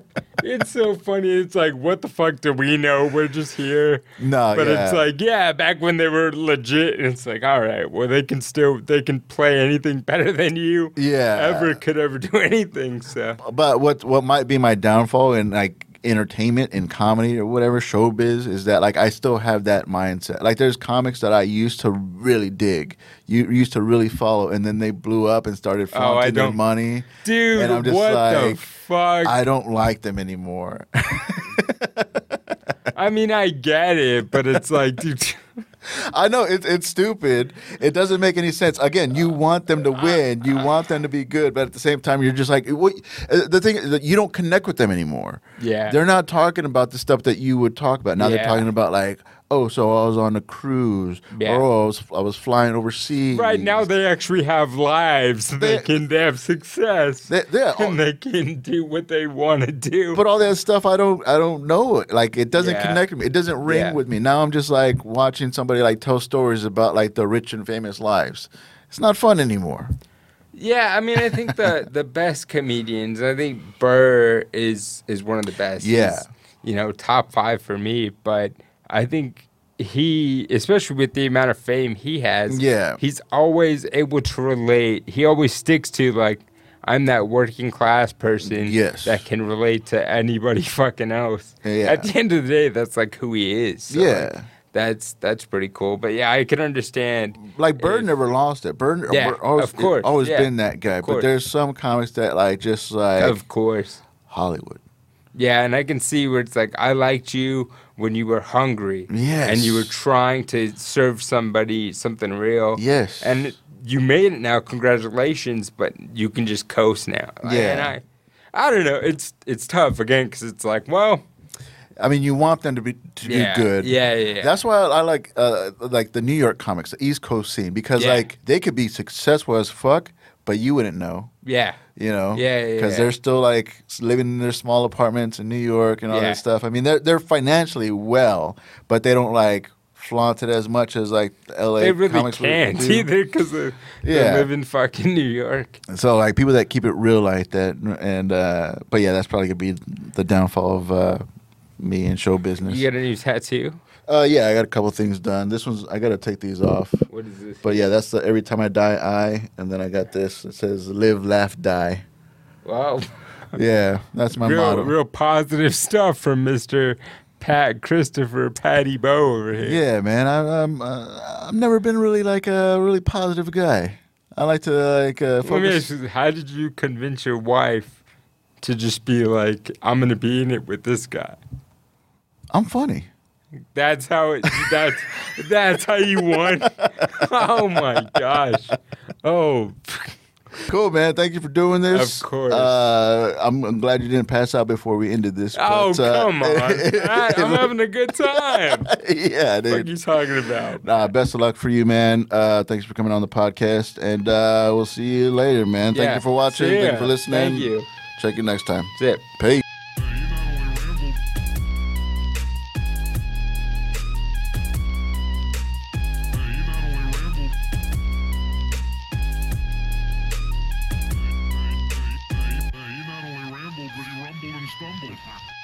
S1: it's so funny. It's like what the fuck do we know? We're just here.
S2: No,
S1: But
S2: yeah.
S1: it's like, Uh, yeah, back when they were legit and it's like, all right, well they can still they can play anything better than you
S2: Yeah.
S1: ever could ever do *laughs* anything. So
S2: but what what might be my downfall in like entertainment and comedy or whatever showbiz is that like I still have that mindset. Like there's comics that I used to really dig, you used to really follow, and then they blew up and started
S1: Oh, I
S2: flaunting their
S1: don't-
S2: money.
S1: Dude,
S2: and I'm just
S1: what the
S2: like,
S1: fuck?
S2: I don't like them anymore. *laughs*
S1: I mean I get it, but it's like *laughs* dude
S2: I know it's it's stupid. It doesn't make any sense. Again, you want them to win, you want them to be good, but at the same time, you're just like what, uh, the thing is that you don't connect with them anymore.
S1: Yeah.
S2: they're not talking about the stuff that you would talk about. Now they're
S1: Yeah.
S2: talking about like, oh, so I was on a cruise,
S1: Yeah.
S2: or oh, I was I was flying overseas.
S1: Right now they actually have lives. They,
S2: They-
S1: can they have success.
S2: They-
S1: *laughs*
S2: yeah, all-
S1: and they can do what they want to do.
S2: But all that stuff, I don't, I don't know. it. Like it doesn't
S1: Yeah.
S2: connect with me. It doesn't ring
S1: Yeah.
S2: with me. Now I'm just like watching somebody like tell stories about like the rich and famous lives. It's not fun anymore.
S1: Yeah, I mean, I think
S2: *laughs*
S1: the the best comedians. I think Burr is is one of the best.
S2: Yeah.
S1: He's, you know, top five for me. But I think he, especially with the amount of fame he has,
S2: Yeah.
S1: he's always able to relate. He always sticks to like, I'm that working class person.
S2: Yes.
S1: that can relate to anybody *laughs* fucking else.
S2: Yeah.
S1: At the end of the day, that's like who he is. So, like,
S2: Yeah.
S1: that's that's pretty cool. But yeah, I can understand.
S2: like Bird
S1: if-
S2: never lost it. Bird,
S1: Yeah,
S2: Bird always,
S1: of course,
S2: always
S1: yeah,
S2: been that guy.
S1: of
S2: But
S1: course.
S2: there's some comics that like just like
S1: Of course.
S2: Hollywood.
S1: Yeah, and I can see where it's like I liked you when you were hungry,
S2: Yes.
S1: and you were trying to serve somebody something real,
S2: Yes.
S1: and you made it now. Congratulations, but you can just coast now. Like,
S2: Yeah.
S1: and I, I don't know. It's it's tough again because it's like, well,
S2: I mean, you want them to be to
S1: Yeah.
S2: be good.
S1: Yeah, yeah, yeah.
S2: That's why I, I like uh, like the New York comics, the East Coast scene, because
S1: Yeah.
S2: like they could be successful as fuck, but you wouldn't know.
S1: yeah,
S2: You know,
S1: Yeah, yeah,
S2: because
S1: yeah.
S2: they're still like s- living in their small apartments in New York and all
S1: Yeah.
S2: that stuff. I mean, they're they're financially well, but they don't like flaunt it as much as like the L.A.
S1: they really
S2: comics would
S1: can't *laughs*
S2: do.
S1: either because they
S2: Yeah.
S1: live in fucking New York.
S2: So like people that keep it real like that, and uh, but yeah, that's probably gonna be the downfall of uh, me and show business.
S1: You got a new tattoo?
S2: Uh, yeah, I got a couple things done. This one's I gotta take these off.
S1: What is this?
S2: But yeah, that's the every time I die, I, and then I got this. It says live, laugh, die.
S1: Wow,
S2: Yeah, that's my
S1: real
S2: motto.
S1: real positive *laughs* stuff from Mister Pat Christopher Patty Bow over here.
S2: Yeah, man, I, I'm uh, I've never been really like a really positive guy. I like to like uh,
S1: Let me ask
S2: focus.
S1: you, how did you convince your wife to just be like, I'm gonna be in it with this guy?
S2: I'm funny.
S1: That's how it. *laughs* That's that's how you won. *laughs* Oh my gosh. Oh,
S2: Cool, man. Thank you for doing this.
S1: Of course.
S2: Uh, I'm, I'm glad you didn't pass out before we ended this.
S1: oh,
S2: but, uh, *laughs*
S1: come on! I, I'm having a good time. What
S2: yeah,
S1: are
S2: dude.
S1: you talking about?
S2: Nah, best of luck for you, man. Uh, thanks for coming on the podcast, and uh, we'll see you later, man. Thank
S1: Yeah.
S2: you for watching.
S1: See
S2: Thank
S1: ya.
S2: you for listening.
S1: Thank you.
S2: Check you next time.
S1: That's it.
S2: Peace.
S3: Hey, you not only rambled, hey, you not only rambled. Hey, hey, hey, hey, you not only rambled, but you rumbled and stumbled.